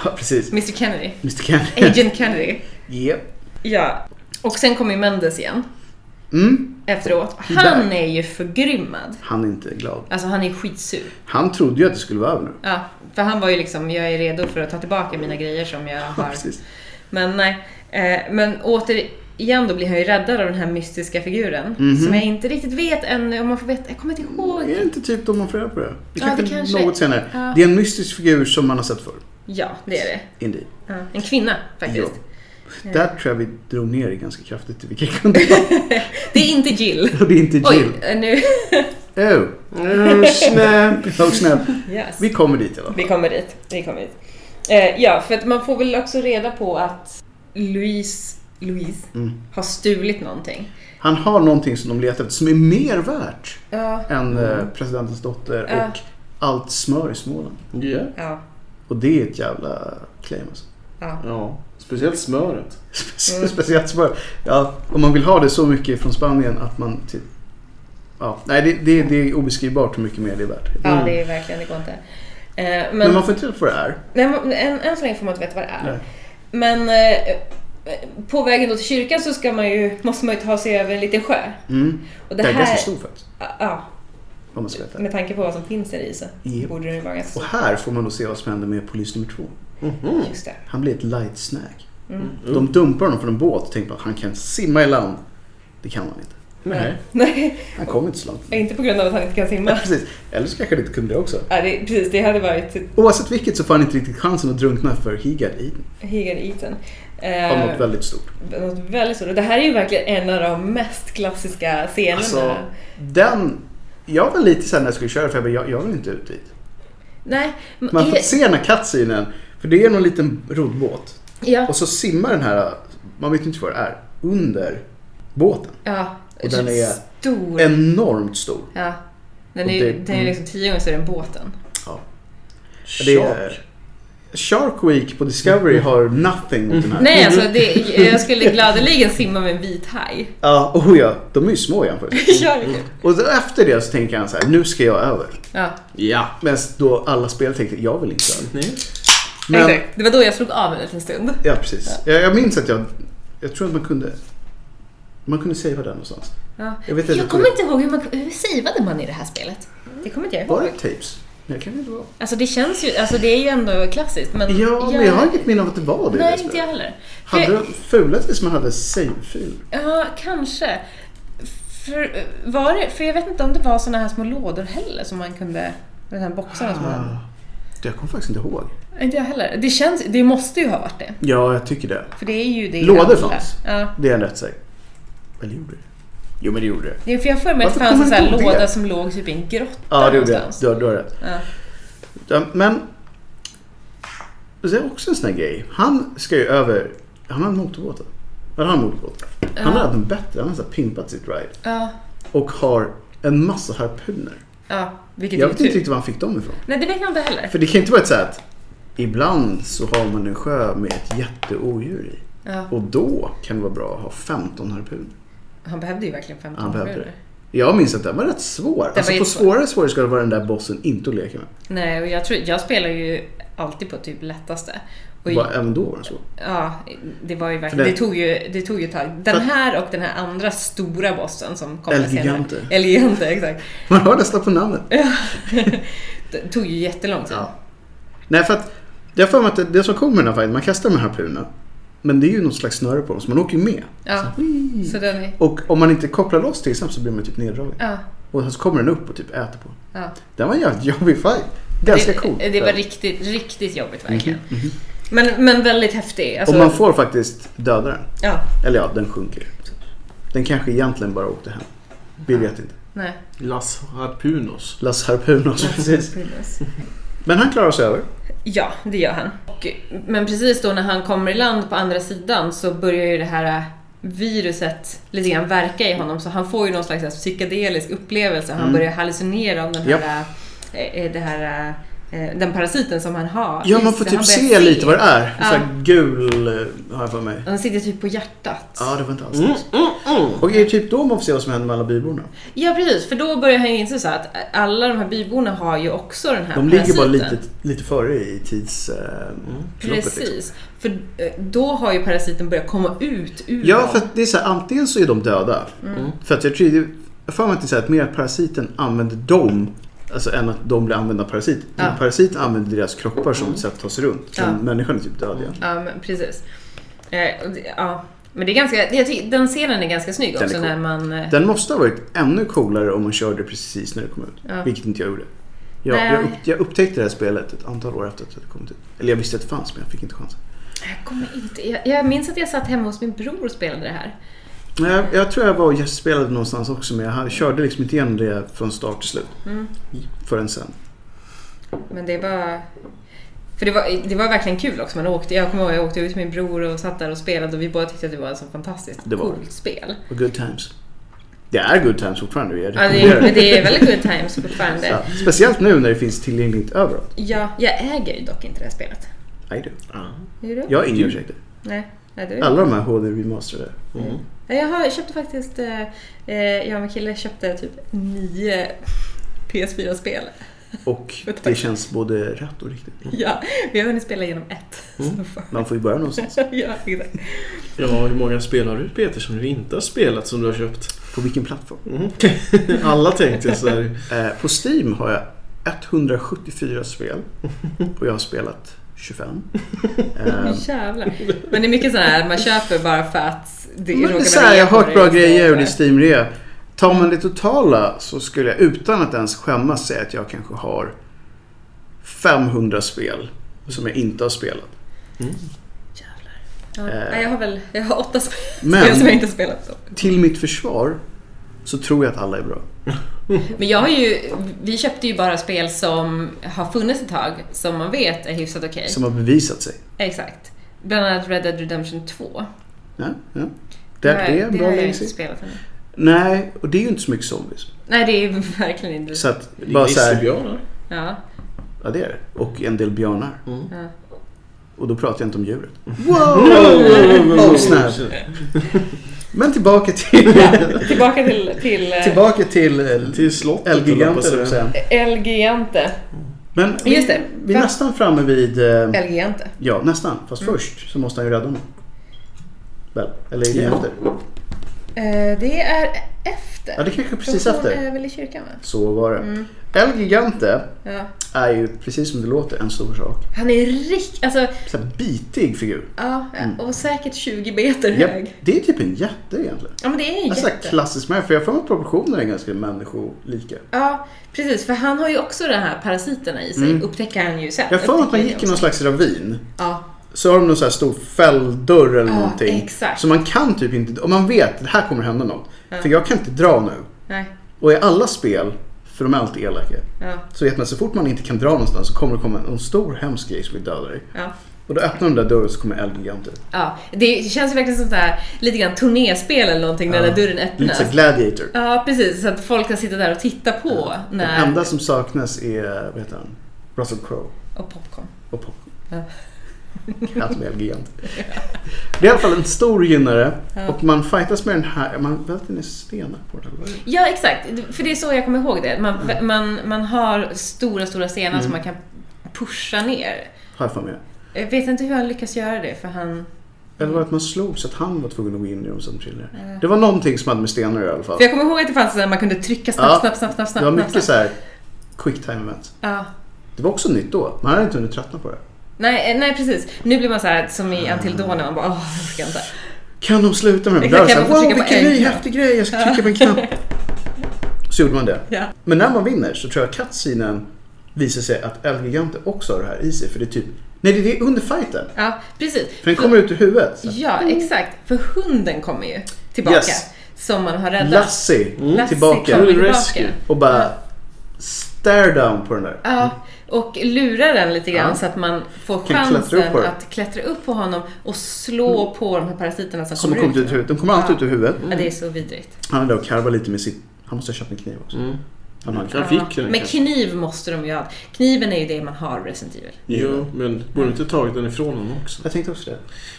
S2: Ja, precis.
S3: Mr Kennedy.
S2: Mr Kennedy.
S3: Agent Kennedy.
S2: Yep.
S3: Ja. Och sen kommer ju Mendes igen
S2: Mm.
S3: efteråt.
S2: Där.
S3: Han är ju förgrymmad.
S2: Han är inte glad.
S3: Alltså han är skitsur.
S2: Han trodde ju att det skulle vara över nu.
S3: Ja, för han var ju liksom, jag är redo för att ta tillbaka mina grejer som jag
S2: Ja,
S3: har.
S2: precis.
S3: Men nej. Eh, Men återigen då blir han ju räddad av den här mystiska figuren. Som jag inte riktigt vet ännu om man får veta. Jag kommer inte ihåg.
S2: Är Mhm. det inte typ då man får reda på det? Det
S3: Ja, det kanske-
S2: något senare.
S3: ja.
S2: Det är en mystisk figur som man har sett förr.
S3: Ja, det är det.
S2: Indeed.
S3: Ja. En kvinna faktiskt.
S2: Där tror jag vi drog ner det ganska kraftigt till vilka kan det vara.
S3: Det är inte Jill.
S2: Och det är inte
S3: Oj,
S2: Jill.
S3: eh, nu...
S2: Oh,
S1: Mm, snäpp.
S2: oh snäll.
S3: Yes.
S2: Vi kommer dit i alla fall.
S3: Vi kommer dit. Vi kommer dit. Eh, ja, för att man får väl också reda på att Louise, Louise
S2: Mm.
S3: har stulit någonting.
S2: Han har någonting som de letar efter som är mer värt
S3: Ja.
S2: än eh, presidentens dotter
S3: Mm. Ja.
S2: och allt smör i Småland.
S1: Ja.
S3: Ja.
S2: Och det är ett jävla claim alltså.
S3: ja.
S1: ja, speciellt smöret.
S2: Specie-
S3: Mm.
S2: Speciellt smör. Ja, om man vill ha det så mycket från Spanien att man typ... Ja, nej det, det, det är obeskrivbart hur mycket mer det är värt.
S3: ja,
S1: Mm.
S3: det är verkligen, det går inte. Eh, men
S2: Men man får inte reda på vad det är.
S3: nej, men än, än så länge får man inte veta vad det är.
S2: Nej.
S3: Men eh, på vägen då till kyrkan så ska man ju, måste man ju ta sig över en liten sjö.
S2: Mm.
S3: Och
S2: Det,
S3: det,
S2: är ganska
S3: här,
S2: stor faktiskt.
S3: ja,
S2: Om man ska veta.
S3: med tanke på vad som finns där i så
S2: Japp.
S3: borde den ju vara ganska
S2: Och
S3: stor.
S2: här får man då se vad som händer med polis nummer två.
S1: Mhm. Mm.
S3: Just det.
S2: Han blir ett light snack.
S3: Mm.
S2: De dumpar honom från en båt och tänker på att han kan simma i land. Det kan han inte.
S1: Nej.
S3: Nej,
S2: Han kommer inte så långt.
S3: inte på grund av att han inte kan simma.
S2: Ja, precis. Eller så kanske han inte kunde det också.
S3: Ja, det, precis, det hade varit
S2: Oavsett vilket så får han inte riktigt chansen att drunkna för he got eaten.
S3: Higgard Eaton.
S2: Av
S3: Eh,
S2: något väldigt stort.
S3: något väldigt stort. Och det här är ju verkligen en av de mest klassiska scenerna.
S2: Alltså, den... Jag var lite sen när jag skulle köra för jag, bara, jag, jag vill inte ut dit.
S3: Nej, men
S2: Man får
S3: är,
S2: se den här cutscenen. För det är någon liten roddbåt.
S3: ja,
S2: Och så simmar den här, man vet inte vad det är, under båten.
S3: ja,
S2: och den är
S3: stor.
S2: Enormt stor.
S3: ja. Den
S2: och
S3: är,
S2: det-
S3: ju den är ju liksom tio gånger större än båten.
S2: Ja. Det är, Shark Week på Discovery har nothing mot den här.
S3: Mm. Nej, alltså det, jag skulle gladeligen simma med en vit haj.
S2: Ja, oh ja, de är ju små jämfört.
S3: Gör det kul.
S2: Och då efter det så tänker han så här, nu ska jag över.
S3: Ja,
S1: Ja.
S2: Medan då alla spelare tänkte, jag vill inte över.
S1: Nej.
S2: Men,
S3: exakt. Det var då jag slog av en liten stund.
S2: ja, precis. Jag, jag minns att jag, jag tror att man kunde, man kunde savea den någonstans.
S3: Ja.
S2: Jag
S3: Jag,
S2: vet inte, jag
S3: kommer
S2: tror-
S3: inte ihåg hur man hur savade man i det här spelet. Det kommer inte jag
S2: Var det
S3: ihåg.
S2: tapes? Nej, det kan det inte vara.
S3: Alltså det känns ju, alltså det är ju ändå klassiskt men...
S2: Ja, men jag har inget minne av att det var det. i det
S3: Nej, inte jag
S2: spelet.
S3: heller. För-
S2: Hade de fulat det som man hade save-fil?
S3: Ja, kanske. För, var det, för jag vet inte om det var såna här små lådor heller som man kunde... Den här boxarna som man...
S2: Ah. Det jag kommer faktiskt inte ihåg.
S3: Inte jag heller. Det känns... Det måste ju ha varit det.
S2: Ja, jag tycker det.
S3: För det är ju det
S2: Lådor
S3: alla.
S2: fanns.
S3: Ja.
S2: Det är en rätt säker. Eller gjorde det? Jo, men det gjorde det.
S3: Det är för jag har för mig att det
S2: Varför
S3: fanns en sån
S2: kommer inte
S3: här
S2: ihåg
S3: låda
S2: det?
S3: som låg typ i en grotta
S2: Ja, det gjorde det.
S3: någonstans.
S2: Du, har- du har rätt.
S3: Ja.
S2: Ja, Men... Det är också en sån här grej. Han ska ju över... Han har en motorbåt. Eller han har en motorbåt. Han har
S3: Ja.
S2: haft en bättre. Han har så här pimpat sitt ride.
S3: Ja,
S2: Och har en massa harpuner.
S3: ja, vilket
S2: Jag
S3: är typ-
S2: vet
S3: tur.
S2: inte riktigt var han fick dem ifrån.
S3: Nej, det vet jag inte heller.
S2: För det kan ju inte vara ett så här att ibland så har man en sjö med ett jätteodjur i.
S3: Ja,
S2: Och då kan det vara bra att ha 15 harpuner.
S3: han behövde ju verkligen 15
S2: Han behövde
S3: miljoner.
S2: Jag minns att den var rätt svår.
S3: var
S2: Alltså på
S3: jättesvår.
S2: svårare svårare ska det vara den där bossen inte att leka med.
S3: Nej, och jag, tror, jag spelar ju alltid på typ lättaste. Och
S2: Bara, även då var den svår.
S3: Ja, det var ju
S2: För
S3: verkligen,
S2: det-
S3: det, tog ju, det tog ju ett tag. Den
S2: För-
S3: här och den här andra stora bossen som kom
S2: Elgiganter.
S3: senare. Elgiganter, exakt.
S2: Man hör nästan på namnet.
S3: Det tog ju jättelång tid.
S2: Ja. Nej, för att jag har för mig att det, det som kommer med den här fighten, man kastar de här harpunerna. Men det är ju något slags snöre på dem, så man åker ju med.
S3: Ja, så den är...
S2: Och om man inte kopplar loss till exempel så blir man typ neddragen.
S3: Ja,
S2: Och så kommer den upp och typ äter på.
S3: ja.
S2: Den var en jävligt jobbig fight. Ganska
S3: det,
S2: cool.
S3: Det var riktigt, riktigt jobbigt verkligen. Men, men väldigt häftig. Alltså,
S2: Och man får faktiskt döda den.
S3: Ja,
S2: Eller ja, den sjunker. Den kanske egentligen bara åkte hem. Vi vet inte.
S3: nej.
S1: Las Harpunos.
S2: Las Harpunos. Precis. Men han klarar sig över.
S3: Ja, det gör han. Och, men precis då när han kommer i land på andra sidan så börjar ju det här eh, viruset lite grann verka i honom så han får ju någon slags så här psykedelisk upplevelse. Han
S2: Mm.
S3: börjar hallucinera om den här, eh, eh, det här, eh, den parasiten som han har.
S2: Ja, man
S3: Just
S2: får
S3: det,
S2: typ
S3: han börjar
S2: se lite vad det är.
S3: Ja.
S2: Så här gul eh, har jag för mig.
S3: Han sitter typ på hjärtat.
S2: Ja, det var inte alls
S1: Mm,
S2: nice.
S1: mm, mm.
S2: Och är det typ då man får se vad som händer med alla byborna?
S3: Ja, precis. För då börjar han ju inse så här att alla de här byborna har ju också den här
S2: De ligger bara
S3: parasiten.
S2: lite, lite före i tidsloppet. Eh, loppet, liksom.
S3: Mm. Precis. För eh, då har ju parasiten börjat komma ut ur
S2: Ja,
S3: dem.
S2: för att det är så här, antingen så är de döda.
S3: Mm.
S2: För att jag tror, jag har för mig att det är så här, att mer att parasiten använder dem, alltså än att de blir använda av parasiten.
S3: Ja.
S2: Parasiten använder deras kroppar som ett sätt att ta sig runt. Men
S3: Ja.
S2: människan är typ död igen.
S3: Ja, men precis. Eh, och det- ja. Men det är ganska, jag tycker, den scenen är ganska snygg
S2: Den är
S3: också
S2: cool.
S3: när man... eh,
S2: Den måste ha varit ännu coolare om man körde precis när det kom ut.
S3: Ja.
S2: Vilket inte jag gjorde. Jag,
S3: Nej.
S2: jag, upp, jag upptäckte det här spelet ett antal år efter att det kommit ut. Eller jag visste att det fanns men jag fick inte chansen.
S3: Jag, kommer inte, jag, jag minns att jag satt hemma hos min bror och spelade det här.
S2: Men Jag, jag tror jag var och gästspelade någonstans också men jag hade, körde liksom inte igenom det från start till slut.
S3: Mm.
S2: Förrän sen.
S3: Men det var... För det var, det var verkligen kul också. Man åkte, jag kommer ihåg jag åkte ut med min bror och satt där och spelade och vi båda tyckte att det var ett så fantastiskt
S2: Det var
S3: coolt spel.
S2: Och good times. Det är good times fortfarande. Jag
S3: Ja, det,
S2: rekommenderar
S3: är- det är väldigt good times fortfarande.
S2: Så, Speciellt nu när det finns tillgängligt överallt.
S3: Ja, jag äger ju dock inte det här spelet.
S2: I
S1: Ah.
S2: do.
S3: Gör du?
S2: Jag har inga ursäkter.
S3: Nej, nej du.
S2: Alla de här HD remasterade.
S1: Mm.
S3: Nej, Jag, har, jag köpte faktiskt, eh, eh, jag och min kille köpte typ nio PS4-spel.
S2: Och det känns både rätt och riktigt.
S3: Ja, vi har hunnit spela igenom ett. Så fan.
S2: Man får ju börja någonstans.
S3: ja, exakt.
S1: Ja, hur många spel har du Peter som du inte har spelat som du har köpt?
S2: På vilken plattform?
S1: Mm. Alla tänkte jag sådär.
S2: Eh, på Steam har jag 174 spel. Och jag har spelat 25. Eh,
S3: Jävlar. Men det är mycket sådana här, man köper bara för att det
S2: Men det
S3: råkar
S2: är så här,
S3: vara
S2: jag har
S3: på
S2: hört bra
S3: det, så-
S2: grejer och det är Steam-rea. Tar man det totala så skulle jag utan att ens skämmas säga att jag kanske har 500 spel som jag inte har spelat.
S3: Jävlar. Ja,
S2: Eh.
S3: nej, jag har väl, jag har åtta spel
S2: Men-
S3: som jag inte har spelat. Så.
S2: Till mitt försvar så tror jag att alla är bra.
S3: Men jag har ju, vi köpte ju bara spel som har funnits ett tag, som man vet är hyfsat okej.
S2: Som har bevisat sig.
S3: Exakt. Bland annat Red Dead Redemption 2.
S2: Ja, ja. Det, det är en bra
S3: har jag
S2: länge
S3: inte
S2: sedan.
S3: spelat ännu.
S2: Nej, och det är ju inte så mycket zombies.
S3: Nej, det är verkligen inte...
S2: Så att, bara så här,
S1: Isterbjörnar?
S3: Ja.
S2: ja det är det. Och en del björnar.
S1: Mm.
S3: ja.
S2: Och då pratar jag inte om djuret.
S1: Oh,
S2: Oh, snap. Men tillbaka till,
S3: Tillbaka till, till, eh,
S2: tillbaka till, eh, till
S1: Till slottet
S2: Elgiganten höll jag på att
S1: säga.
S2: säga.
S3: El Gigante.
S2: Men vi,
S3: Just det.
S2: vi är
S3: Va?
S2: nästan framme vid... eh,
S3: El Gigante.
S2: Ja, nästan. Fast
S3: Mm.
S2: först så måste han ju rädda honom. Väl? Eller är det
S1: Ja.
S2: efter?
S3: Eh, det är efter.
S2: Ja, det kanske är precis
S3: För hon
S2: efter.
S3: är väl i kyrkan, va?
S2: Så var det.
S3: Mm.
S2: El Gigante
S3: Ja.
S2: är ju, precis som det låter, en stor sak.
S3: Han är rik... Alltså,
S2: Så här bitig figur.
S3: ja.
S2: Mm.
S3: Och säkert 20 meter
S2: Ja,
S3: hög.
S2: det är typ en jätte egentligen.
S3: Ja, men det är en
S2: En sån här
S3: jätte.
S2: klassisk människa. För jag har för mig att proportionerna är ganska människolika.
S3: Ja, precis. För han har ju också de här parasiterna i sig. Upptäcker han ju sen.
S2: Mm. Jag har för mig att man
S3: Upptäcker
S2: gick
S3: det
S2: i någon
S3: också.
S2: slags ravin.
S3: Ja.
S2: Så har de någon sån här stor fälldörr eller
S3: Ja,
S2: någonting.
S3: exakt.
S2: Så man kan typ inte... Om man vet att här kommer hända något. För jag kan inte dra nu.
S3: Nej.
S2: Och i alla spel För de är alltid elaka.
S3: Ja,
S2: Så vet man så fort man inte kan dra någonstans så kommer det komma en stor hemsk grej som vill döda dig.
S3: ja.
S2: Och då öppnar de där dörren så kommer eldgiganten.
S3: Ja, det känns ju verkligen som så här, lite grann turnéspel eller någonting när
S2: Ja.
S3: den där dörren
S2: Lite
S3: öppnas.
S2: så här gladiator.
S3: Ja, precis. Så att folk kan sitta där och titta på. När...
S2: Den enda som saknas är, vad heter han? Russell Crowe.
S3: Och popcorn.
S2: och popcorn.
S3: Ja.
S2: Katt med gigant. Det är i alla fall en stor gynnare
S3: Ja.
S2: och man fightas med den här. Man välter ner stenar på den. här vägen.
S3: Ja, exakt. För det är så jag kommer ihåg det. Man, man, man har stora, stora stenar
S2: Mm.
S3: som man kan pusha ner.
S2: Har jag för mig.
S3: Jag vet inte hur han lyckas göra det, för han...
S2: Eller var det att man slog så att han var tvungen att gå in i dem som trillade.
S3: Ja.
S2: Det var någonting som hade med stenar att göra i alla fall.
S3: För jag kommer ihåg att det fanns där man kunde trycka snabbt,
S2: Ja.
S3: snabbt, snabbt, snabbt,
S2: Det var
S3: snabbt.
S2: mycket
S3: snabbt.
S2: så här quick time events.
S3: Ja.
S2: Det var också nytt då. Man hade inte hunnit tröttna på det.
S3: Nej, eh, nej, precis. Nu blir man så här som
S2: Mm.
S3: i Until Dawn, när man bara åh, jag orkar inte.
S2: Kan de sluta med det?
S3: Exakt,
S2: Där var
S3: kan
S2: så här,
S3: man få
S2: wow,
S3: trycka på
S2: vilken
S3: en
S2: ny
S3: knapp?"
S2: häftig grej. Jag ska trycka på en knapp. Så gjorde man det.
S3: Ja.
S2: Men när man vinner så tror jag kattsinen visar sig att eldgiganten också har det här i sig. För det är typ, nej det är det under fighten.
S3: ja, precis.
S2: För den kommer ut ur huvudet. Så.
S3: Ja, exakt. För hunden kommer ju tillbaka.
S2: Yes.
S3: Som man har räddat.
S2: Lassie
S3: Lassie
S2: tillbaka
S3: kommer tillbaka.
S1: Rescue.
S2: och bara stare down på den där.
S3: Ja, och lura den lite grann
S2: Ja.
S3: så att man får
S2: Kan klättra
S3: chansen
S2: upp på det.
S3: att klättra upp på honom och slå på de här parasiterna som,
S2: Som har kommit ut ur huvudet. Mm. De kommer alltid ut ur huvudet.
S3: Ja, det är så vidrigt.
S2: Han är där och karvar lite med sitt, han måste ha köpt en kniv också.
S1: Mm.
S2: Han har en kniv.
S1: Jag fick den
S3: Men
S1: kanske.
S3: kniv måste de ju ha. Kniven är ju det man har i Resident Evil.
S1: Jo, men borde inte tagit den ifrån honom också?
S2: Jag tänkte också det.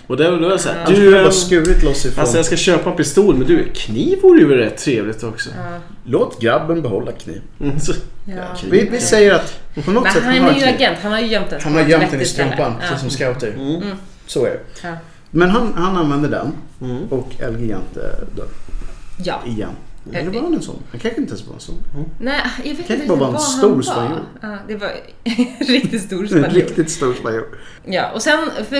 S1: Och där, då är jag så här,
S3: Ja.
S2: Du
S1: du...
S2: har
S1: ehm,
S2: skurit loss ifrån.
S1: Alltså jag ska köpa en pistol, men du, kniv vore ju rätt trevligt också.
S3: Ja.
S2: Låt grabben behålla kniv.
S1: Mm, så,
S3: Ja.
S2: Vi, vi säger att på något
S3: Men
S2: sätt
S3: han
S2: har
S3: är
S2: en
S3: ju
S2: kniv.
S3: agent. Han har ju gömt den.
S2: Han har gömt den i
S3: vettigt ställe.
S2: strumpan,
S3: Ja.
S2: precis som scouter.
S1: Mm.
S3: Mm.
S2: Så är det.
S3: Ja.
S2: Men han, han använder den
S1: mm.
S2: och Elgigant eh, dör
S3: ja.
S2: igen.
S3: Eh,
S2: Eller var han en sån? Han kanske inte ens var en sån.
S3: Nej, jag vet inte
S2: Tänk
S3: riktigt
S2: bara
S3: vad
S2: vara en
S3: han
S2: stor
S3: var.
S2: spanjor.
S3: Ja, det var riktigt stor
S2: En
S3: spanjor.
S2: riktigt stor spanjor.
S3: Ja, och sen, för,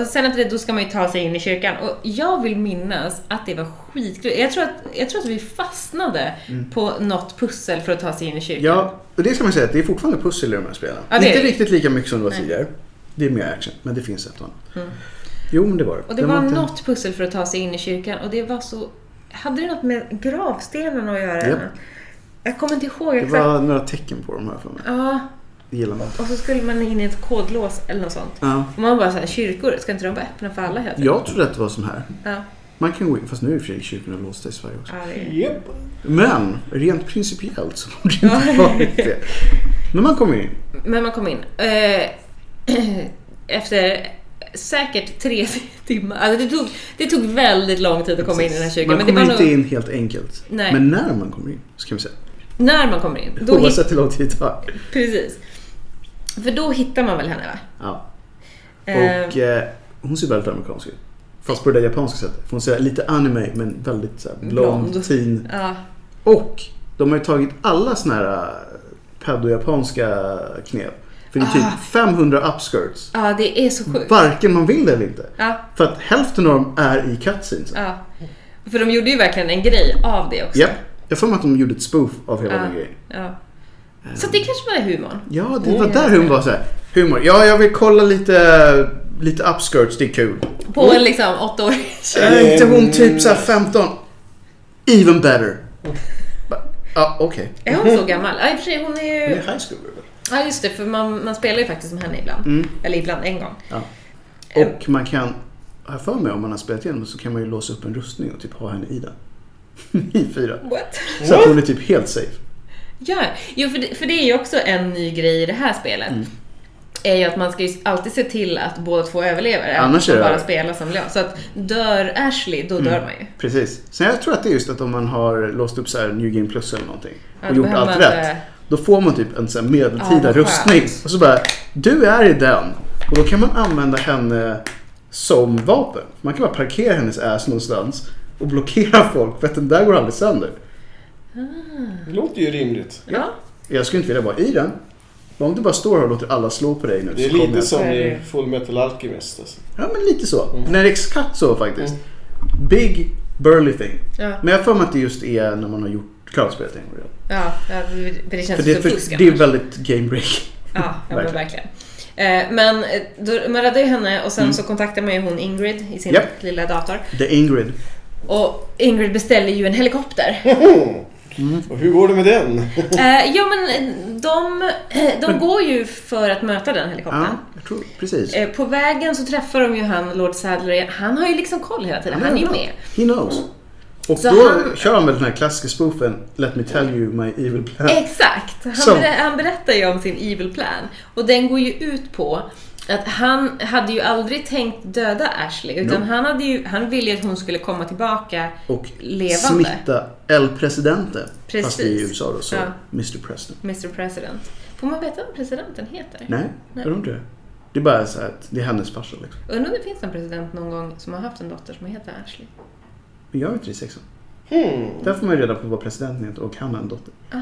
S3: och sen efter det då ska man ju ta sig in i kyrkan. Och jag vill minnas att det var skitkul. Jag tror att, jag tror att vi fastnade på något pussel för att ta sig in i kyrkan.
S2: Mm. Ja, och det ska man säga att det är fortfarande pussel i de här spelen.
S3: Ja, det är
S2: inte
S3: det.
S2: riktigt lika mycket som det var
S3: Nej.
S2: tidigare. Det är mer action, men det finns ett och annat.
S3: Mm.
S2: Jo, men det var det.
S3: Och det
S2: Den
S3: var
S2: inte-
S3: något pussel för att ta sig in i kyrkan och det var så... Hade det något med gravstenen att göra?
S2: Japp.
S3: Jag kommer inte ihåg
S2: Det
S3: exakt.
S2: var några tecken på de här för mig.
S3: Ja,
S2: Det gillar man.
S3: och så skulle man in i ett kodlås eller något sånt.
S2: Ja.
S3: Och man bara såhär, kyrkor, ska inte de vara öppna för alla helt enkelt?
S2: Jag trodde att det var som här.
S3: Ja.
S2: Man kan gå in, fast nu är i och för sig kyrkorna låsta i Sverige också.
S3: Ja, det är...
S1: Japp.
S2: Men rent principiellt så borde det inte varit det. Men man kommer in.
S3: Men man kom in. Eh, efter säkert tre timmar. Alltså det, tog, det tog väldigt lång tid att komma in i den här kyrkan.
S2: Man
S3: Men det
S2: kommer
S3: var nog
S2: inte in helt enkelt.
S3: Nej.
S2: Men när man kommer in, så kan vi säga.
S3: när man kommer in. Då hitt,
S2: Oavsett hur lång tid det tar.
S3: precis. För då hittar man väl henne va?
S2: Ja.
S3: Eh,
S2: Och eh, hon ser väldigt amerikansk ut. Fast på det där japanska sättet. För hon ser lite anime men väldigt så här, blond,
S3: Blond.
S2: teen.
S3: ja,
S2: Och de har ju tagit alla såna här eh, pedo-japanska knep. För det är typ
S3: Ah.
S2: 500 upskirts.
S3: ja, det är så sjukt.
S2: Varken man vill det eller inte.
S3: Ja,
S2: För att hälften av dem är i cutscenes.
S3: ja. För de gjorde ju verkligen en grej av det också.
S2: Japp. Jag får mig att de gjorde ett spoof av hela
S3: Ja,
S2: den grejen.
S3: ja. Så det kanske var humorn.
S2: Ja, det var
S3: Mm.
S2: där hon var så här. Humor. Ja, jag vill kolla lite, lite upskirts, det är kul.
S3: På en liksom åtta år.
S2: Är inte hon typ såhär 15? Even better. Ba- Ja, okej.
S3: Är hon så gammal? Ja, i och för sig, hon är
S2: Hon
S3: ju...
S2: är high school väl?
S3: Ja, just det. För man, man spelar ju faktiskt som henne ibland.
S2: Mm.
S3: Eller ibland en gång.
S2: Ja.
S3: Eh,
S2: Och man kan, har jag för mig om man har spelat igenom så kan man ju låsa upp en rustning och typ ha henne i den. I fyra.
S3: What?
S2: Så att hon är typ helt safe.
S3: Ja, jo, för, det, för det är ju också en ny grej i det här spelet.
S2: Mm.
S3: är ju att man ska ju alltid se till att båda två överlever. även
S2: Annars är det
S3: om man
S2: Mm.
S3: bara
S2: över.
S3: spelar som lön. Så att dör Ashley, då dör man ju.
S2: Precis. Sen jag tror att det är just att om man har låst upp så här New Game Plus eller någonting
S3: Ja,
S2: och
S3: då
S2: gjort
S3: behöver
S2: allt
S3: man
S2: rätt.
S3: inte-
S2: Då får man typ en så här
S3: Ja,
S2: medeltida
S3: vad
S2: rustning.
S3: skönt.
S2: Och så bara, du är i den. Och då kan man använda henne som vapen. Man kan bara parkera hennes ass någonstans och blockera folk för att den där går aldrig sönder.
S1: Det låter ju rimligt.
S3: Ja.
S2: Jag skulle inte vilja vara i den. Men om du bara står här och låter alla slå på dig nu
S1: Det är
S2: så kommer
S1: lite
S2: jag-
S1: som
S3: Så är
S1: i
S3: det.
S1: Full Metal Alchemist. Alltså.
S2: Ja men lite så.
S1: Mm.
S2: Den är exakt så faktiskt.
S3: Mm.
S2: Big burly thing.
S3: Ja,
S2: Men jag har för mig att det just är när man har gjort klart spelet en gång redan.
S3: ja, ja, för det känns
S2: För
S3: ju
S2: det,
S3: som fusk.
S2: för det är väldigt game break.
S3: Ja, ja men
S2: Verkligen.
S3: verkligen. Eh, Men eh, då, man räddar ju henne och sen så kontaktar man ju hon Ingrid i sin
S2: Mm. Japp.
S3: lilla dator.
S2: The Ingrid.
S3: Och Ingrid beställer ju en helikopter.
S2: Mm.
S1: Och hur går det med den?
S3: Eh, ja, men eh, de, eh, de går ju för att möta den helikoptern.
S2: Ja, jag tror precis.
S3: Eh, På vägen så träffar de ju han, Lord Sadler. Han har ju liksom koll hela tiden.
S2: Ja,
S3: Han är ju
S2: bra.
S3: med.
S2: He knows. Och
S3: Så
S2: då
S3: han-
S2: kör han väl den här klassiska spoofen Let me tell you my evil plan.
S3: Exakt! Han,
S2: Som-
S3: berä- han berättar ju om sin evil plan. Och den går ju ut på att han hade ju aldrig tänkt döda Ashley. Utan han, hade ju, han ville ju att hon skulle komma tillbaka
S2: Och
S3: levande.
S2: smitta El Presidente. Fast det är i
S3: Precis.
S2: USA då, så
S3: Ja.
S2: Mr President.
S3: Mr President. Får man veta vad presidenten heter?
S2: Nej, jag tror inte det. Det är bara så här att det är hennes farsa liksom.
S3: Undrar om det finns en president någon gång som har haft en dotter som heter Ashley.
S2: Men jag är inte i sexan.
S3: Mm.
S1: Hmm.
S2: Där får man ju reda på vad presidenten heter och han har en dotter.
S3: Ah.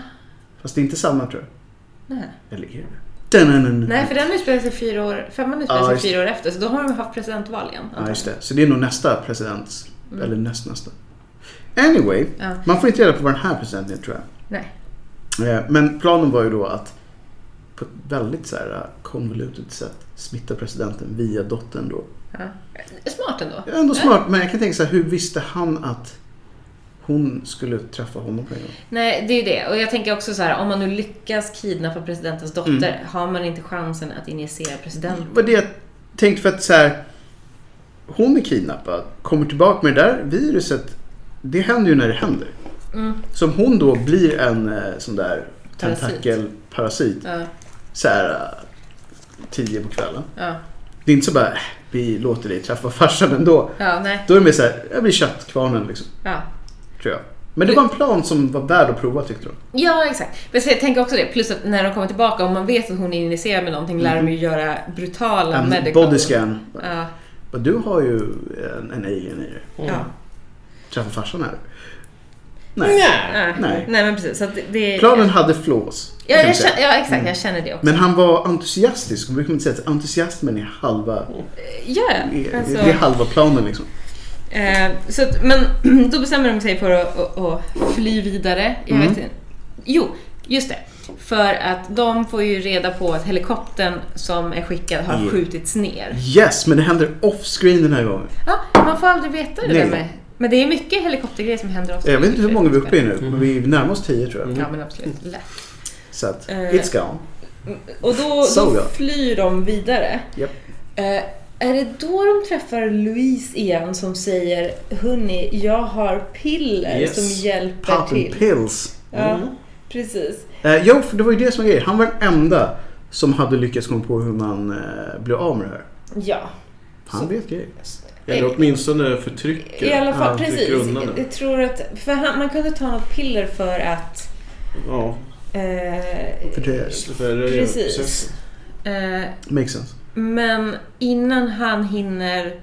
S2: Fast det är inte samma tror jag.
S3: Nej.
S2: Eller är det? Dun-dun-dun-dun.
S3: Nej, för den utspelar sig fyra år, femman utspelar
S2: Ja,
S3: sig
S2: just
S3: fyra år efter, så då har de haft presidentval igen.
S2: Ja, just det. Så det är nog nästa president. Eller nästnästa. Anyway,
S3: Mm. Ja.
S2: man får inte reda på vad den här presidenten är tror jag.
S3: Nej.
S2: Eh, Men planen var ju då att på ett väldigt så här eh, konvolutet sätt smitta presidenten via dottern då.
S3: Ja. Smart ändå.
S2: Ändå smart, men jag kan tänka så här, hur visste han att hon skulle träffa honom på en gång?
S3: Nej, det är ju det. Och jag tänker också så här, om man nu lyckas kidnappa presidentens dotter,
S2: Mm.
S3: har man inte chansen att injicera presidenten?
S2: Det var det jag tänkte för att så här, hon är kidnappad, kommer tillbaka med det där viruset. Det händer ju när det händer. Mm.
S3: Mm.
S2: Som hon då blir en eh, sån där
S3: Parasit.
S2: tentakelparasit
S3: Ja,
S2: så här eh, tio på kvällen.
S3: ja,
S2: Det är inte så bara, "Äh, vi låter dig träffa farsan ändå.
S3: ja, nej,
S2: Då är det mer så här, jag blir köttkvarnen liksom,
S3: ja.
S2: tror jag. Men det var en plan som var värd att prova tyckte de.
S3: Ja, exakt. Men så jag tänker också det. Plus att när de kommer tillbaka, om man vet att hon är injicerad med någonting, lär de ju
S2: Mm.
S3: göra brutala
S2: En
S3: medical...
S2: body scan.
S3: Ja,
S2: Men Du har ju en, en alien i dig.
S3: ja.
S2: Träffa farsan här. Nej.
S1: Nej.
S3: Nej.
S2: Nej.
S3: Nej. men precis. Så att det...
S2: Planen Mm. hade flås.
S3: Ja,
S2: kan vi
S3: jag
S2: säga.
S3: känner, ja, exakt. Jag känner det också.
S2: Men han var entusiastisk. Man brukar inte säga att entusiasmen är halva,
S3: Ja,
S2: är,
S3: alltså,
S2: det är halva planen liksom.
S3: eh, så att, men då bestämmer de sig för att, att, att fly vidare. Jag
S2: Mm.
S3: vet inte. Jo, just det. För att de får ju reda på att helikoptern som är skickad har
S2: Ja.
S3: skjutits ner.
S2: Yes, men det händer off-screen den här gången.
S3: Ja, man får aldrig veta det
S2: Nej.
S3: där med. Men det är mycket helikoptergrejer som händer ofta.
S2: Jag vet inte hur många vi är uppe i nu, men vi närmar oss tio tror jag.
S3: Ja, men absolut. Lätt.
S2: Så att,
S3: Eh.
S2: it's gone.
S3: Och då,
S2: So
S3: då
S2: good.
S3: flyr de vidare.
S2: Japp.
S3: Eh, är det då de träffar Louise igen som säger Honey, jag har piller
S1: Yes.
S3: som hjälper
S2: Poppin'
S3: till.
S2: pills.
S3: Ja,
S1: Mm.
S3: precis.
S2: Eh, jo, för det var ju det som var grejen. Han var den enda som hade lyckats komma på hur man eh, blev av med det här.
S3: Ja.
S2: Han vet grejer.
S1: Eller åtminstone förtrycker.
S3: I alla fall,
S2: Ja,
S3: precis.
S1: trycker undan det.
S3: Jag tror att, för han, man kunde ta något piller för att...
S1: Ja,
S3: Eh,
S2: För det
S1: fördröjer
S3: Precis.
S1: processen.
S3: eh,
S2: makes sense.
S3: men innan han hinner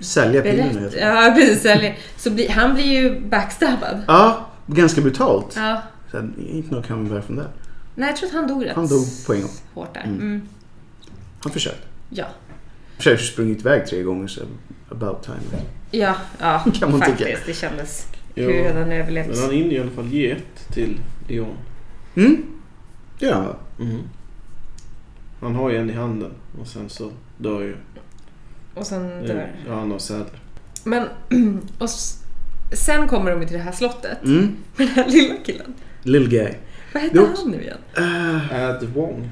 S2: Sälja pillerna
S3: berätta...
S2: heter det.
S3: Ja, precis. Eller, så blir, han blir ju backstabbad.
S2: Ja, ganska brutalt.
S3: Ja.
S2: Sen, inte något kan man bära från det.
S3: Nej, jag tror att han dog rätt
S2: Han dog på en gång.
S3: hårt där.
S2: Mm.
S3: Mm.
S2: Han försökte.
S3: Ja.
S2: Försökte sprungit iväg tre gånger så about time.
S3: Ja, ja
S2: Kan man tycka.
S3: faktiskt. Det kändes...
S1: Jo.
S3: Hur hade han
S1: Men
S3: överlevt?
S1: han hinner i alla fall ge ett till Leon.
S2: Mm, det gör han va?
S1: Mm. Han har ju en i handen och sen så dör ju eh,
S3: Och sen dör.
S1: Ja, han och Sadler.
S3: Men... Och s- sen kommer de till det här slottet.
S2: Mm.
S3: Med den här lilla killen.
S2: Little gay.
S3: Vad hette
S2: Jo.
S3: han nu igen?
S2: Eh,
S1: Ad Wong.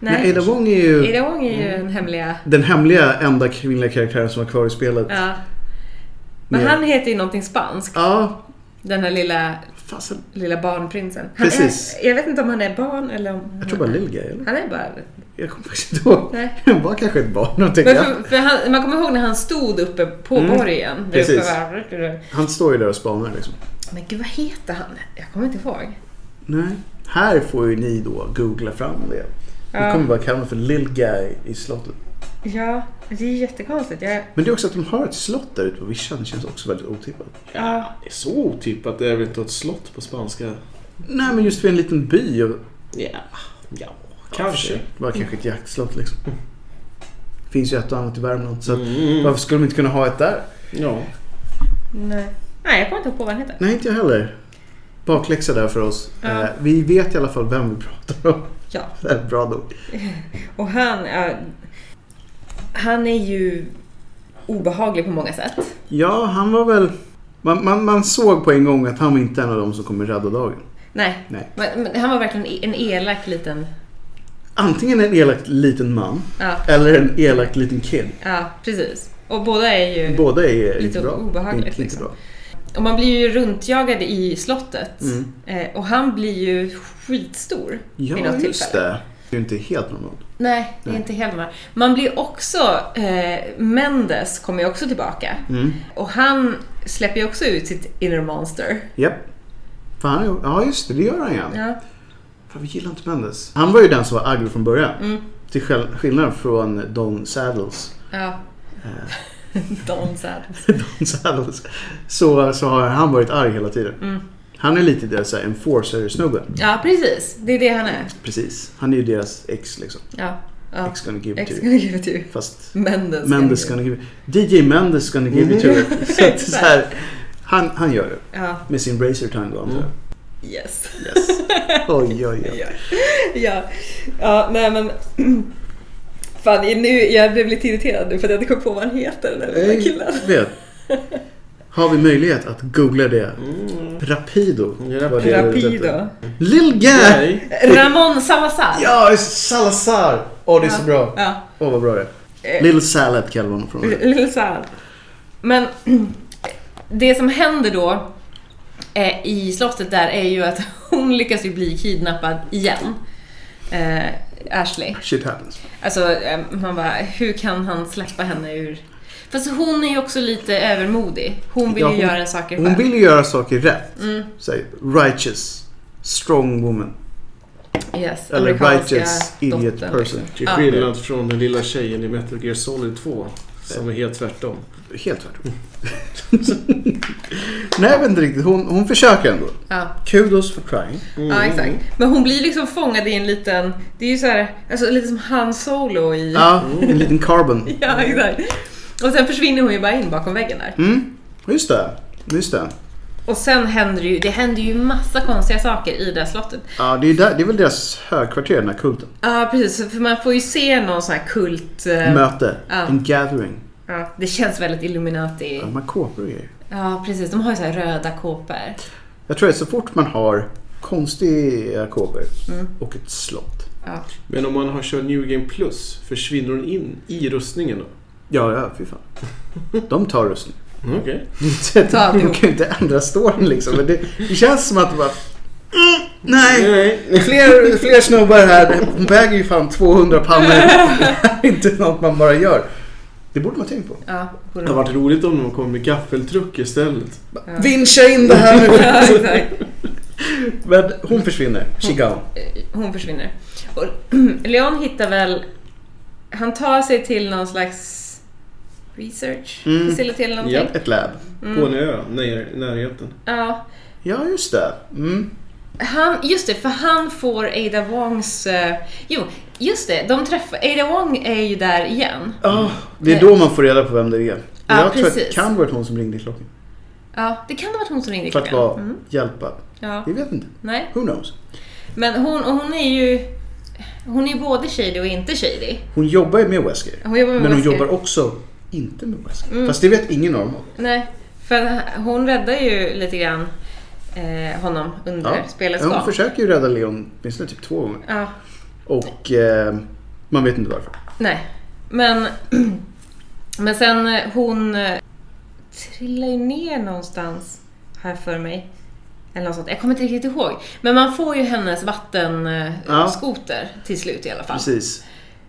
S2: nej,
S3: Nej,
S2: Ada Wong är ju
S3: Ada Wong är ju den hemliga...
S2: den hemliga enda kvinnliga karaktären som var kvar i spelet.
S3: Ja. Men
S2: Med-
S3: han heter ju någonting spanskt.
S2: Ja,
S3: Den här lilla,
S2: fasen.
S3: lilla barnprinsen. Han
S2: Precis.
S3: Är, jag vet inte om han är barn eller om...
S2: Jag tror bara Little gay eller?
S3: Han är bara...
S2: Jag kommer faktiskt inte ihåg.
S3: Nej.
S2: Han var kanske ett barn någonting.
S3: Men
S2: Ja.
S3: för, för han, man kommer ihåg när han stod uppe på borgen. där
S2: Precis.
S3: Uppe var,
S2: Han står ju där och spanar liksom.
S3: men gud, vad heter han? Jag kommer inte ihåg.
S2: Nej. Här får ju ni då googla fram det. Vi
S3: Ja.
S2: kommer bara kalla honom för Lil Guy i slottet.
S3: Ja, det är jättekonstigt. Jag,
S2: Men det är också att de har ett slott där ute på vischan. Det känns också väldigt otippat.
S3: ja.
S1: Det är så otippat. Det är väl inte ett slott på spanska?
S2: Nej, men just för en liten by. Och
S1: Ja, ja kanske.
S2: Det var kanske ett jaktslott liksom. Finns ju ett och annat i Värmland. Så att,
S1: Mm.
S2: varför skulle de inte kunna ha ett där?
S1: Ja.
S3: Nej. Nej, jag kommer inte ihåg vad han heter.
S2: Nej, inte jag heller. Bakläxa där för oss.
S3: Ja.
S2: Eh, vi vet i alla fall vem vi pratar om.
S3: Ja.
S2: Det är bra nog.
S3: Och han, ja, han är ju obehaglig på många sätt.
S2: Ja, han var väl... Man, man, man såg på en gång att han var inte en av dem som kommer rädda dagen.
S3: Nej.
S2: Nej.
S3: Men, men han var verkligen e- en elak liten...
S2: Antingen en elak liten man
S3: Ja,
S2: eller en elak liten kid.
S3: ja precis. Och båda är ju...
S2: Båda är
S3: Lite
S2: inte bra.
S3: obehagligt,
S2: Inte, inte
S3: liksom.
S2: bra.
S3: Och man blir ju runtjagad i slottet.
S2: Mm.
S3: Eh, och han blir ju skitstor vid
S2: Ja,
S3: något
S2: just
S3: tillfälle.
S2: det. Det är ju inte helt normalt.
S3: Nej, det är
S2: Nej.
S3: inte Helmar. Man blir ju också... Eh, Mendes kommer ju också tillbaka.
S2: Mm.
S3: Och han släpper ju också ut sitt inner monster.
S2: Japp. För han, är- ja, just det. Det gör han ja.
S3: Ja.
S2: Fan, vi gillar inte Mendes. Han var ju den som var aggro från början.
S3: Mm.
S2: Till skäl- skillnad från Don Saddles.
S3: ja.
S2: Eh.
S3: Don Saddles.
S2: Don Saddles. Så, så har han varit arg hela tiden.
S3: Mm.
S2: Han är lite deras så här enforcer-snubbe.
S3: Ja, precis. Det är det han är.
S2: Precis. Han är ju deras ex liksom.
S3: Ja. ja.
S2: Ex gonna give it to
S3: Ex
S2: you.
S3: gonna give it to you.
S2: Fast
S3: Mendes.
S2: Mendes gonna give it DJ Mendes gonna give it to you. Så att så här, han, han gör det.
S3: Ja,
S2: Med sin bracer tango antar
S3: Mm.
S2: jag.
S3: yes.
S2: Yes. Oj, oj, oj.
S3: Ja. Ja, ja nej men... Fan, nu, jag blev lite irriterad nu för att jag inte kom på vad han heter, den där lilla killen.
S2: Jag vet. Har vi möjlighet att googla det?
S1: Mm.
S2: Rapido.
S1: Rap-
S2: var det du letade efter.
S3: Rapido.
S2: Lil Gang!
S1: Nej.
S3: Ramon Salazar.
S2: Ja, Salazar! Åh, det är så bra.
S3: Ja.
S2: Åh, vad bra det är.
S3: Eh.
S2: Little Salad kallar honom från det.
S3: Lite så här. Men det som händer då eh, i slottet där är ju att hon lyckas ju bli kidnappad igen. Eh, Ashley.
S2: Shit happens.
S3: Alltså eh, man bara, hur kan han släppa henne ur... Fast hon är ju också lite övermodig. Hon vill
S2: Ja,
S3: ju
S2: hon-
S3: göra saker själv.
S2: Hon vill ju göra saker rätt.
S3: Mm.
S2: Säg, righteous. Strong woman.
S3: Yes,
S2: Eller
S3: amerikanska
S2: righteous idiot
S3: dottern,
S2: person.
S3: liksom.
S1: Till
S3: Ja.
S1: skillnad från den lilla tjejen i Metal Gear Solid 2. Som är helt tvärtom.
S2: Helt tvärtom. Nej, jag vet inte riktigt. Hon, hon försöker ändå.
S3: Ja.
S2: Kudos for trying.
S3: ja, exakt. Men hon blir liksom fångad i en liten... Det är ju så här, alltså lite som Han Solo i...
S2: Ja, en liten carbon.
S3: Ja, exakt. Och sen försvinner hon ju bara in bakom väggen där.
S2: Mm, just det. Just det.
S3: Och sen händer ju, det händer ju massa konstiga saker i det här slottet.
S2: Ja, det är, där, det är väl deras högkvarter, den här kulten.
S3: Ja, precis. För man får ju se någon sån här kult... eh,
S2: Möte.
S3: ja.
S2: En gathering.
S3: ja, det känns väldigt Illuminati.
S2: Ja, man kåpor och grejer.
S3: Ja, precis. De har ju så här röda kåpor.
S2: Jag tror att så fort man har konstiga kåpor
S3: Mm.
S2: och ett slott.
S3: Ja.
S1: Men om man har kört New Game Plus, försvinner hon in i rustningen då?
S2: Ja, ja, fy fan. De tar rustning.
S1: Mm, Okej.
S2: Det-
S3: Ta
S2: De
S3: alltihop.
S2: kan ju inte ändra storyn liksom. Men det, det känns som att det bara... Mm, nej!
S3: Mm.
S1: Nej.
S2: Fler, fler snubbar här. Hon väger ju fan 200 pannor. Det här är inte något man bara gör. Det borde man tänka på.
S3: Ja, borde
S1: Det hade
S3: vara.
S1: varit roligt om de kom med gaffeltruck istället.
S3: Ja.
S2: Vincha in det här nu.
S3: Ja, exakt.
S2: Men hon försvinner. She
S3: Mm.
S2: gone.
S3: Hon försvinner. Och Leon hittar väl... Han tar sig till någon slags research
S2: Mm.
S3: facility eller någonting. Mm.
S1: Ja.
S2: Ett lab.
S1: På en ö nej, i närheten.
S3: Ja.
S2: Ja, just det. Mm.
S3: Han, just det, för han får Ada Wongs... eh, jo, just det, de träffar... Ada Wong är ju där igen.
S2: Ah, det är då man får reda på vem det är.
S3: Ja,
S2: jag tror att det
S3: Ah, precis.
S2: kan varit hon som ringde i klockan.
S3: Ja, det kan ha varit hon som ringde
S2: För att
S3: klockan.
S2: vara
S3: Mm,
S2: hjälpad.
S3: ja,
S2: Vi vet inte.
S3: nej.
S2: Who knows?
S3: Men hon, och hon är ju... Hon är ju både shady och inte shady.
S2: Hon jobbar ju med Wesker.
S3: Hon jobbar med
S2: Men hon
S3: Mm, Wesker.
S2: jobbar också inte med Wesker.
S3: Mm.
S2: Fast det vet ingen av dem.
S3: Nej, för att hon räddar ju lite grann eh, honom under spelets
S2: Hon
S3: gång.
S2: försöker ju rädda Leon åtminstone typ två gånger.
S3: Ja,
S2: Och eh, man vet inte varför.
S3: nej. Men... Men sen eh, hon eh, trillar ju ner någonstans, har jag för mig. Eller något sånt. Jag kommer inte riktigt ihåg. Men man får ju hennes
S2: Ja.
S3: vattenskoter till slut i alla fall.
S2: Precis.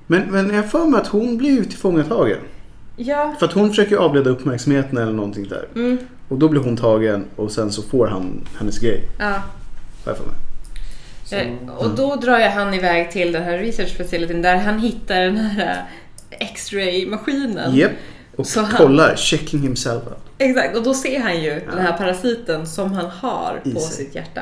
S2: Men, men jag har för mig att hon blir ju tillfångatagen.
S3: Ja,
S2: För att hon försöker avleda uppmärksamheten eller någonting där.
S3: mm,
S2: Och då blir hon tagen och sen så får han hennes grej.
S3: ja.
S2: Har jag för mig.
S1: Så,
S3: Eh, Och då drar jag han iväg till den här research facilityn där han hittar den här eh, X-ray-maskinen.
S2: Japp. Och
S3: Så han-
S2: kollar, checking himself out.
S3: Exakt, och då ser han ju
S2: Ja.
S3: den här parasiten som han har
S2: I
S3: på
S2: sig.
S3: sitt hjärta.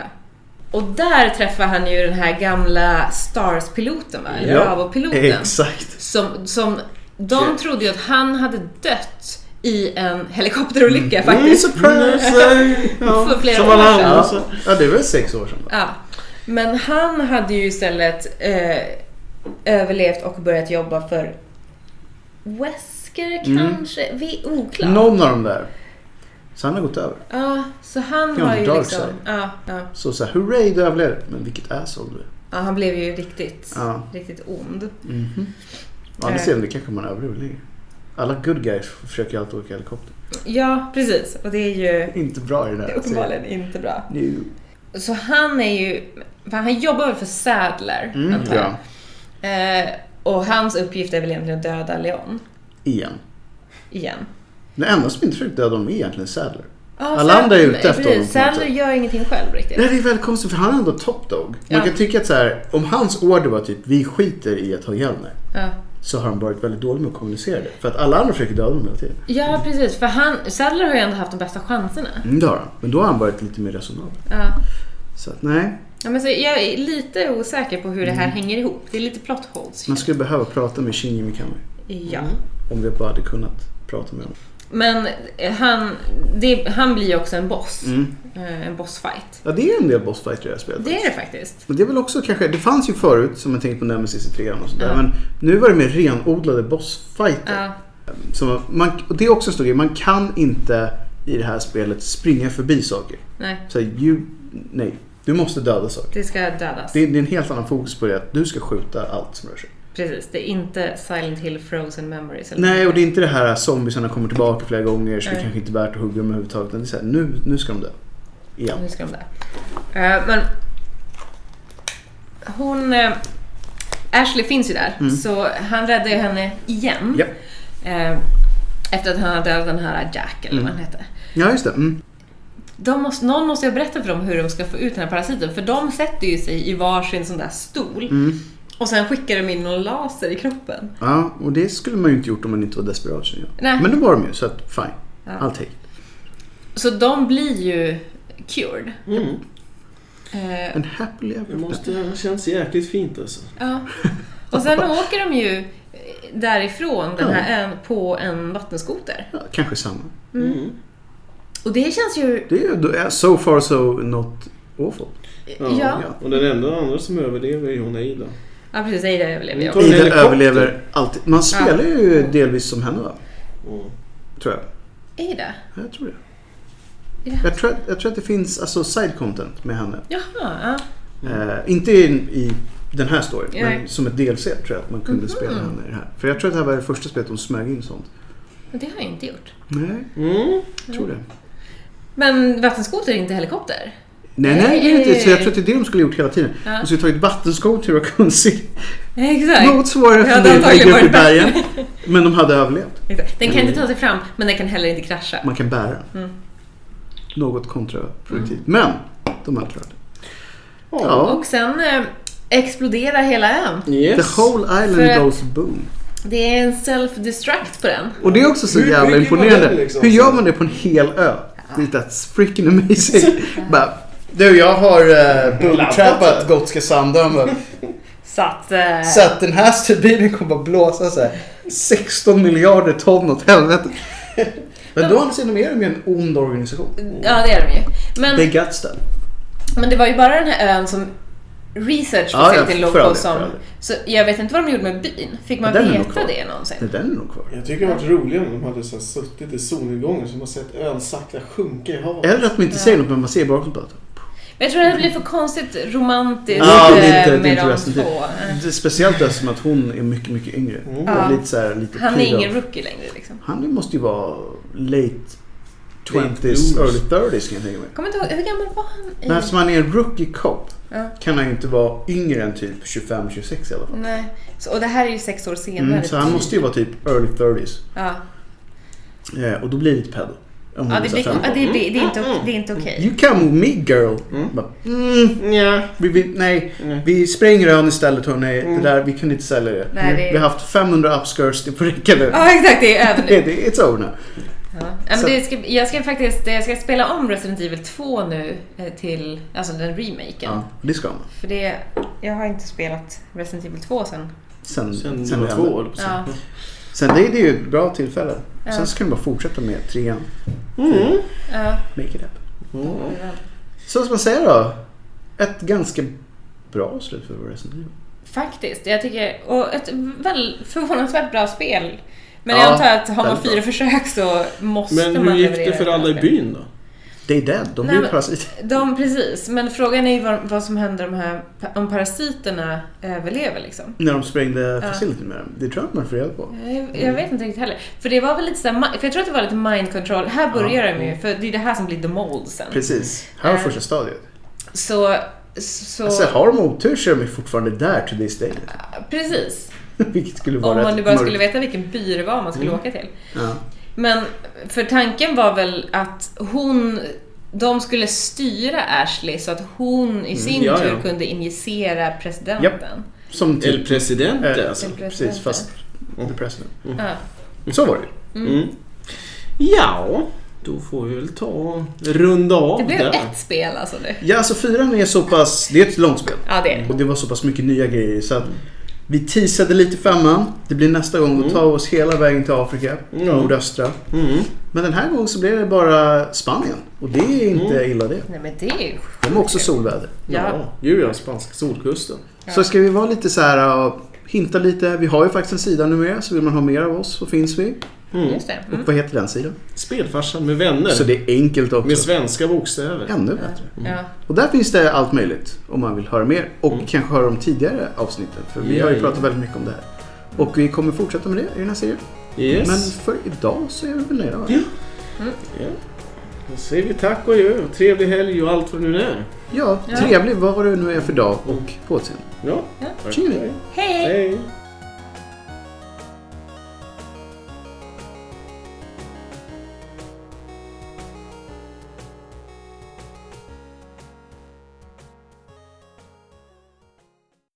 S3: Och där träffar han ju den här gamla Stars-piloten, va? Eller Bravo-piloten.
S2: Exakt.
S3: Som, som de
S2: Shit.
S3: trodde ju att han hade dött i en helikopterolycka
S2: Mm.
S3: faktiskt.
S1: surprise! Ja,
S3: För flera
S1: som
S3: år
S1: alla
S3: sedan.
S1: andra. så.
S2: Ja, ja, det var sex år sedan. va?
S3: Ja. Men han hade ju istället eh, överlevt och börjat jobba för
S2: Mm.
S3: Wesker kanske? Vi, oklart.
S2: Någon av dem där. Så han har gått över.
S3: Ja, så han
S2: Ja,
S3: har ju
S2: dark
S3: liksom...
S2: side.
S3: Ja, ja,
S2: Så så här, hurray du överlevde. Men vilket asshole du är.
S3: ja, han blev ju riktigt,
S2: Ja.
S3: riktigt ond.
S2: Mhm. Å andra
S3: Eh.
S2: sidan, det kanske man överlever. Alla good guys försöker ju alltid åka helikopter.
S3: Ja, precis. Och det är ju
S2: Inte bra i den här
S3: uppenbarligen inte bra.
S2: Nu.
S3: Så han är ju... för Han jobbar väl för Sadler,
S2: Mm,
S3: antar jag.
S2: ja.
S3: Eh, och hans uppgift är väl egentligen att döda Leon
S2: Igen.
S3: igen.
S2: Den enda som inte försöker döda honom är egentligen Sadler.
S3: Ja,
S2: Alla
S3: Sadler-
S2: andra är ute efter honom
S3: precis,
S2: på något
S3: Sadler
S2: sätt.
S3: gör ingenting själv riktigt.
S2: Nej, det är väldigt konstigt för han är ändå top dog. Man
S3: Ja.
S2: kan tycka att så här, om hans order var typ vi skiter i att ha ihjäl mig.
S3: Ja.
S2: Så har han varit väldigt dålig med att kommunicera det. För att alla andra försöker döda honom hela tiden.
S3: ja, precis. För han, Sadler har ju ändå haft de bästa chanserna.
S2: Mm, det har han. Men då har han varit lite mer resonabel.
S3: Ja.
S2: Så att nej,
S3: Ja, men så jag är lite osäker på hur det här hänger ihop. Det är lite plot holes.
S2: Mm. man skulle behöva prata med Shinji Mikami.
S3: Ja.
S2: Om vi bara hade kunnat prata med honom.
S3: Men eh, han, det, han blir ju också en boss.
S2: Mm.
S3: Eh, En bossfight.
S2: Ja, det är en del bossfighter i det här spelet.
S3: Det är det faktiskt.
S2: Men det är väl också kanske, det fanns ju förut som jag tänkte på Nemesis i trean och sådär.
S3: Ja.
S2: Men nu var det mer renodlade bossfighter.
S3: Ja.
S2: Så man, och det är också en stor grej, man kan inte i det här spelet springa förbi saker.
S3: Nej,
S2: Så här, you, nej, du måste döda saker.
S3: det ska dödas.
S2: Det är, det är en helt annan fokus på det att du ska skjuta allt som rör sig.
S3: Precis, det är inte Silent Hill Frozen Memories. eller
S2: Nej,
S3: något.
S2: och det är inte det här att zombiesarna kommer tillbaka flera gånger så det
S3: Nej.
S2: kanske inte är värt att hugga dem överhuvudtaget. Utan det är så här, nu, nu ska de dö. Igen.
S3: Nu ska de där. Eh, men hon... eh, Ashley finns ju där, så han räddar ju henne igen.
S2: Mm. Ja,
S3: Eh, efter att han har dödat den här Jack, eller vad han hette.
S2: ja just det. Mm.
S3: De måste, någon måste ju berätta för dem hur de ska få ut den här parasiten, för de sätter ju sig i varsin sån där stol. Och sen skickar de in någon laser i kroppen.
S2: Mm. Ja, och det skulle man ju inte gjort om man inte var desperat känner jag.
S3: Nej.
S2: Men det var de ju, så att fine.
S3: Ja.
S2: I'll take. it.
S3: Så de blir ju cured.
S1: Mm.
S3: Eh,
S2: En happily ever
S1: Det,
S2: after.
S1: måste, det känns jäkligt fint alltså.
S3: Ja. Och sen åker de ju eh, därifrån den
S2: Ja.
S3: här ön på en vattenskoter.
S2: Ja, kanske samma.
S1: Mm.
S3: Och det känns ju...
S2: Det är ju då- ja, so far so not awful.
S3: Ja,
S1: Ja.
S3: ja.
S1: Och den enda andra som överlever är ju hon Aida.
S3: precis. Nej, det överlever jag.
S1: Tar en
S2: Ida
S1: helikopter.
S2: överlever alltid. Man spelar ju delvis som henne va?
S1: Mm.
S2: Tror jag.
S3: Ada?
S2: Ja, Jag tror det.
S3: Ja.
S2: Jag tror, jag tror att det finns alltså, side content med henne.
S3: Jaha, ja.
S2: Eh, inte i, i den här storyn, men
S3: Nej.
S2: som ett DLC tror jag att man
S3: Mhm.
S2: kunde spela henne i det här. För jag tror att det här var det första spelet de smög in sånt.
S3: Men Det har jag inte gjort.
S2: Nej,
S1: Mm.
S2: jag tror det.
S3: Men vattenskoter är inte helikopter?
S2: Nej, nej, det är inte. Så jag tror att det är det de skulle ha gjort hela tiden.
S3: Ja.
S2: Och så tagit vattenskoter och kunskit.
S3: Exakt.
S2: Något svårare för
S3: Ja, det
S2: mig att
S3: antagligen
S2: lägga upp i
S3: varit bättre.
S2: bergen. Men de hade överlevt.
S3: Exakt. Den kan inte ta sig fram, men den kan heller inte krascha.
S2: Man kan bära.
S3: Mm.
S2: Något kontraproduktivt. Men de andra det. Ja.
S3: Och sen eh, exploderar hela ön.
S1: Yes.
S2: The whole island
S3: För att-
S2: goes boom.
S3: Det är en self-destruct på den.
S2: Och det är också så
S1: Hur
S2: jävla
S1: bygger man
S2: imponerande.
S1: den liksom?
S2: Hur gör man det på en hel ö? Det är That's freaking amazing. Bara, du, jag har uh, bulltrappat Gotska Sandön. bara.
S3: Så att... Eh,
S2: Så att den här stubinen kommer att blåsa så här 16 miljarder ton åt helvete. Men då anser de er med en ond organisation.
S3: Ja, det är de ju. Men,
S2: They got stuff.
S3: Men det var ju bara den här ön som research
S2: Ja,
S3: facilityn
S2: jag-
S3: låg
S2: för all
S3: på
S2: del,
S3: som...
S2: för all del.
S3: Så jag vet inte vad de gjorde med byn. Fick man
S2: Den är nog
S3: veta
S2: kvar.
S3: det någonsin?
S2: Nej, den är nog kvar.
S1: Jag tycker det hade varit roligare om de hade så här suttit i solnedgången så man sett ön sakta sjunka i havet.
S2: Eller att man inte säger något men man ser bakom bara
S3: Men jag tror det här blir för konstigt romantiskt
S2: Ja, det är
S3: eh,
S2: inte- det är
S3: med
S2: inte
S3: de
S2: resten till.
S3: två.
S2: Det är Speciellt eftersom att hon är mycket, mycket yngre.
S1: Mm.
S2: Och
S3: Ja.
S2: lite så här, lite
S3: Han är
S2: pigg
S3: ingen
S2: av-
S3: rookie längre liksom.
S2: Han måste ju vara late 20s,
S1: bloomers.
S2: early 30s kan jag tänka mig.
S3: Kommer inte ihåg, hur gammal var han? I...
S2: Men eftersom han är en rookie cop
S3: Ja.
S2: kan han ju inte vara yngre än typ 25-26 i alla fall.
S3: Nej. Så, och det här är ju sex år senare.
S2: Mm, så han måste ju vara typ early 30s.
S3: Ja,
S2: Eh, och då blir det lite pedo. Om hon
S3: ja det,
S2: är så Mm,
S3: blir,
S2: här
S3: ja, det,
S2: 15.
S3: blir, det är inte, ok- det är inte okej.
S2: You come with me girl. Bara, Mm.
S1: Nja.
S2: Vi, vi, nej,
S1: Nej.
S2: vi spränger ön istället hörni.
S1: Mm.
S2: Det där, vi kan inte sälja det.
S3: Nej, det är-
S2: Vi har haft 500 upskirts, det får räcka nu.
S3: Ja, exakt. Det är över nu.
S2: Det- det- It's over now.
S3: Ja. Ja, men
S2: Så-
S3: det ska, jag ska faktiskt jag ska spela om Resident Evil 2 nu eh, till alltså den remaken.
S2: Ja, det ska man.
S3: För det, jag har inte spelat Resident Evil 2 sen.
S2: Sen,
S1: Sen,
S2: sen,
S1: sen
S2: det
S1: var två
S2: hände.
S1: år.
S3: Ja.
S2: sen det, det är ju ett bra tillfälle.
S3: Ja.
S2: Sen ska de bara fortsätta med trean.
S1: Mm.
S3: Ja,
S2: Make it up.
S1: Mm.
S2: Så ska man säga då. Ett ganska bra slut för Resident Evil.
S3: faktiskt. Jag tycker, och ett väl förvånansvärt bra spel. Men
S2: Ja,
S3: jag antar att har man
S2: självklart.
S3: fyra försök så måste man
S1: Men hur gick det
S3: leverera
S1: för
S3: den
S1: alla i
S3: här.
S1: byn då?
S2: Det är den, de
S3: Nej,
S2: blir
S3: men-
S2: parasiter.
S3: De, precis. Men frågan är ju vad, vad som händer om, här, om parasiterna överlever liksom.
S2: När de sprängde
S3: Ja.
S2: facility med dem. Det tror jag att man får reda på.
S3: Jag, jag vet inte riktigt heller. För det var väl lite såhär, ma- för jag tror att det var lite mind control. Här börjar
S2: Ja.
S3: de ju, för det är det här som blir the mold sen.
S2: Precis. Här var
S3: Eh.
S2: första stadiet.
S3: Så, så
S2: Alltså har de otur så är de ju fortfarande där till this day.
S3: precis.
S2: Vilket skulle vara
S3: Om man
S2: rätt
S3: nu bara
S2: mörkt.
S3: skulle veta vilken by det var man skulle åka till.
S2: Ja.
S3: Men för tanken var väl att hon, de skulle styra Ashley så att hon i sin
S1: ja,
S3: tur
S1: ja.
S3: kunde injicera presidenten.
S2: Som
S1: El
S2: typ...
S1: Presidente
S2: eh,
S1: alltså?
S2: Precis, fast the president.
S3: Ja.
S2: Så var det ju.
S1: Mm. Ja, då får vi väl ta och runda av
S3: Det blev
S1: där.
S3: ett spel alltså nu.
S2: Ja, alltså fyran är så pass... Det är ett långt spel.
S3: Ja, det är det.
S2: Och det var så pass mycket nya grejer så att vi teasade lite femman. Det blir nästa gång att ta oss hela vägen till Afrika,
S1: Ja.
S2: nordöstra.
S1: Mm.
S2: Men den här gången så blev det bara Spanien. Och det är inte illa det.
S3: Nej men det är ju
S2: De har också solväder.
S1: Ja, ju ja, spanska solkusten.
S2: Så ska vi vara lite så här uh, hinta lite. Vi har ju faktiskt en sida numera så vill man ha mer av oss så finns vi.
S1: Mm.
S3: Just det.
S2: Och vad heter den sidan?
S1: Spelfarsan med vänner.
S2: Så det är enkelt
S1: Med
S2: också.
S1: svenska bokstäver.
S2: Ännu bättre.
S3: Ja.
S2: Och där finns det allt möjligt om man vill höra mer och kanske höra om tidigare avsnitten. För vi har ju
S1: Ja,
S2: pratat
S1: ja.
S2: väldigt mycket om det här. Och vi kommer fortsätta med det i den här serien.
S1: Yes.
S2: Men för idag så är vi väl nöjda va?
S1: Ja. Ja. Då säger vi tack och adjö. och Trevlig helg och allt vad det nu är.
S2: Ja,
S3: Ja.
S2: trevlig vad det nu är för dag och på återseende.
S1: Ja.
S3: Ja.
S1: Tack.
S2: Tjingeling.
S3: Hej!
S1: Hej.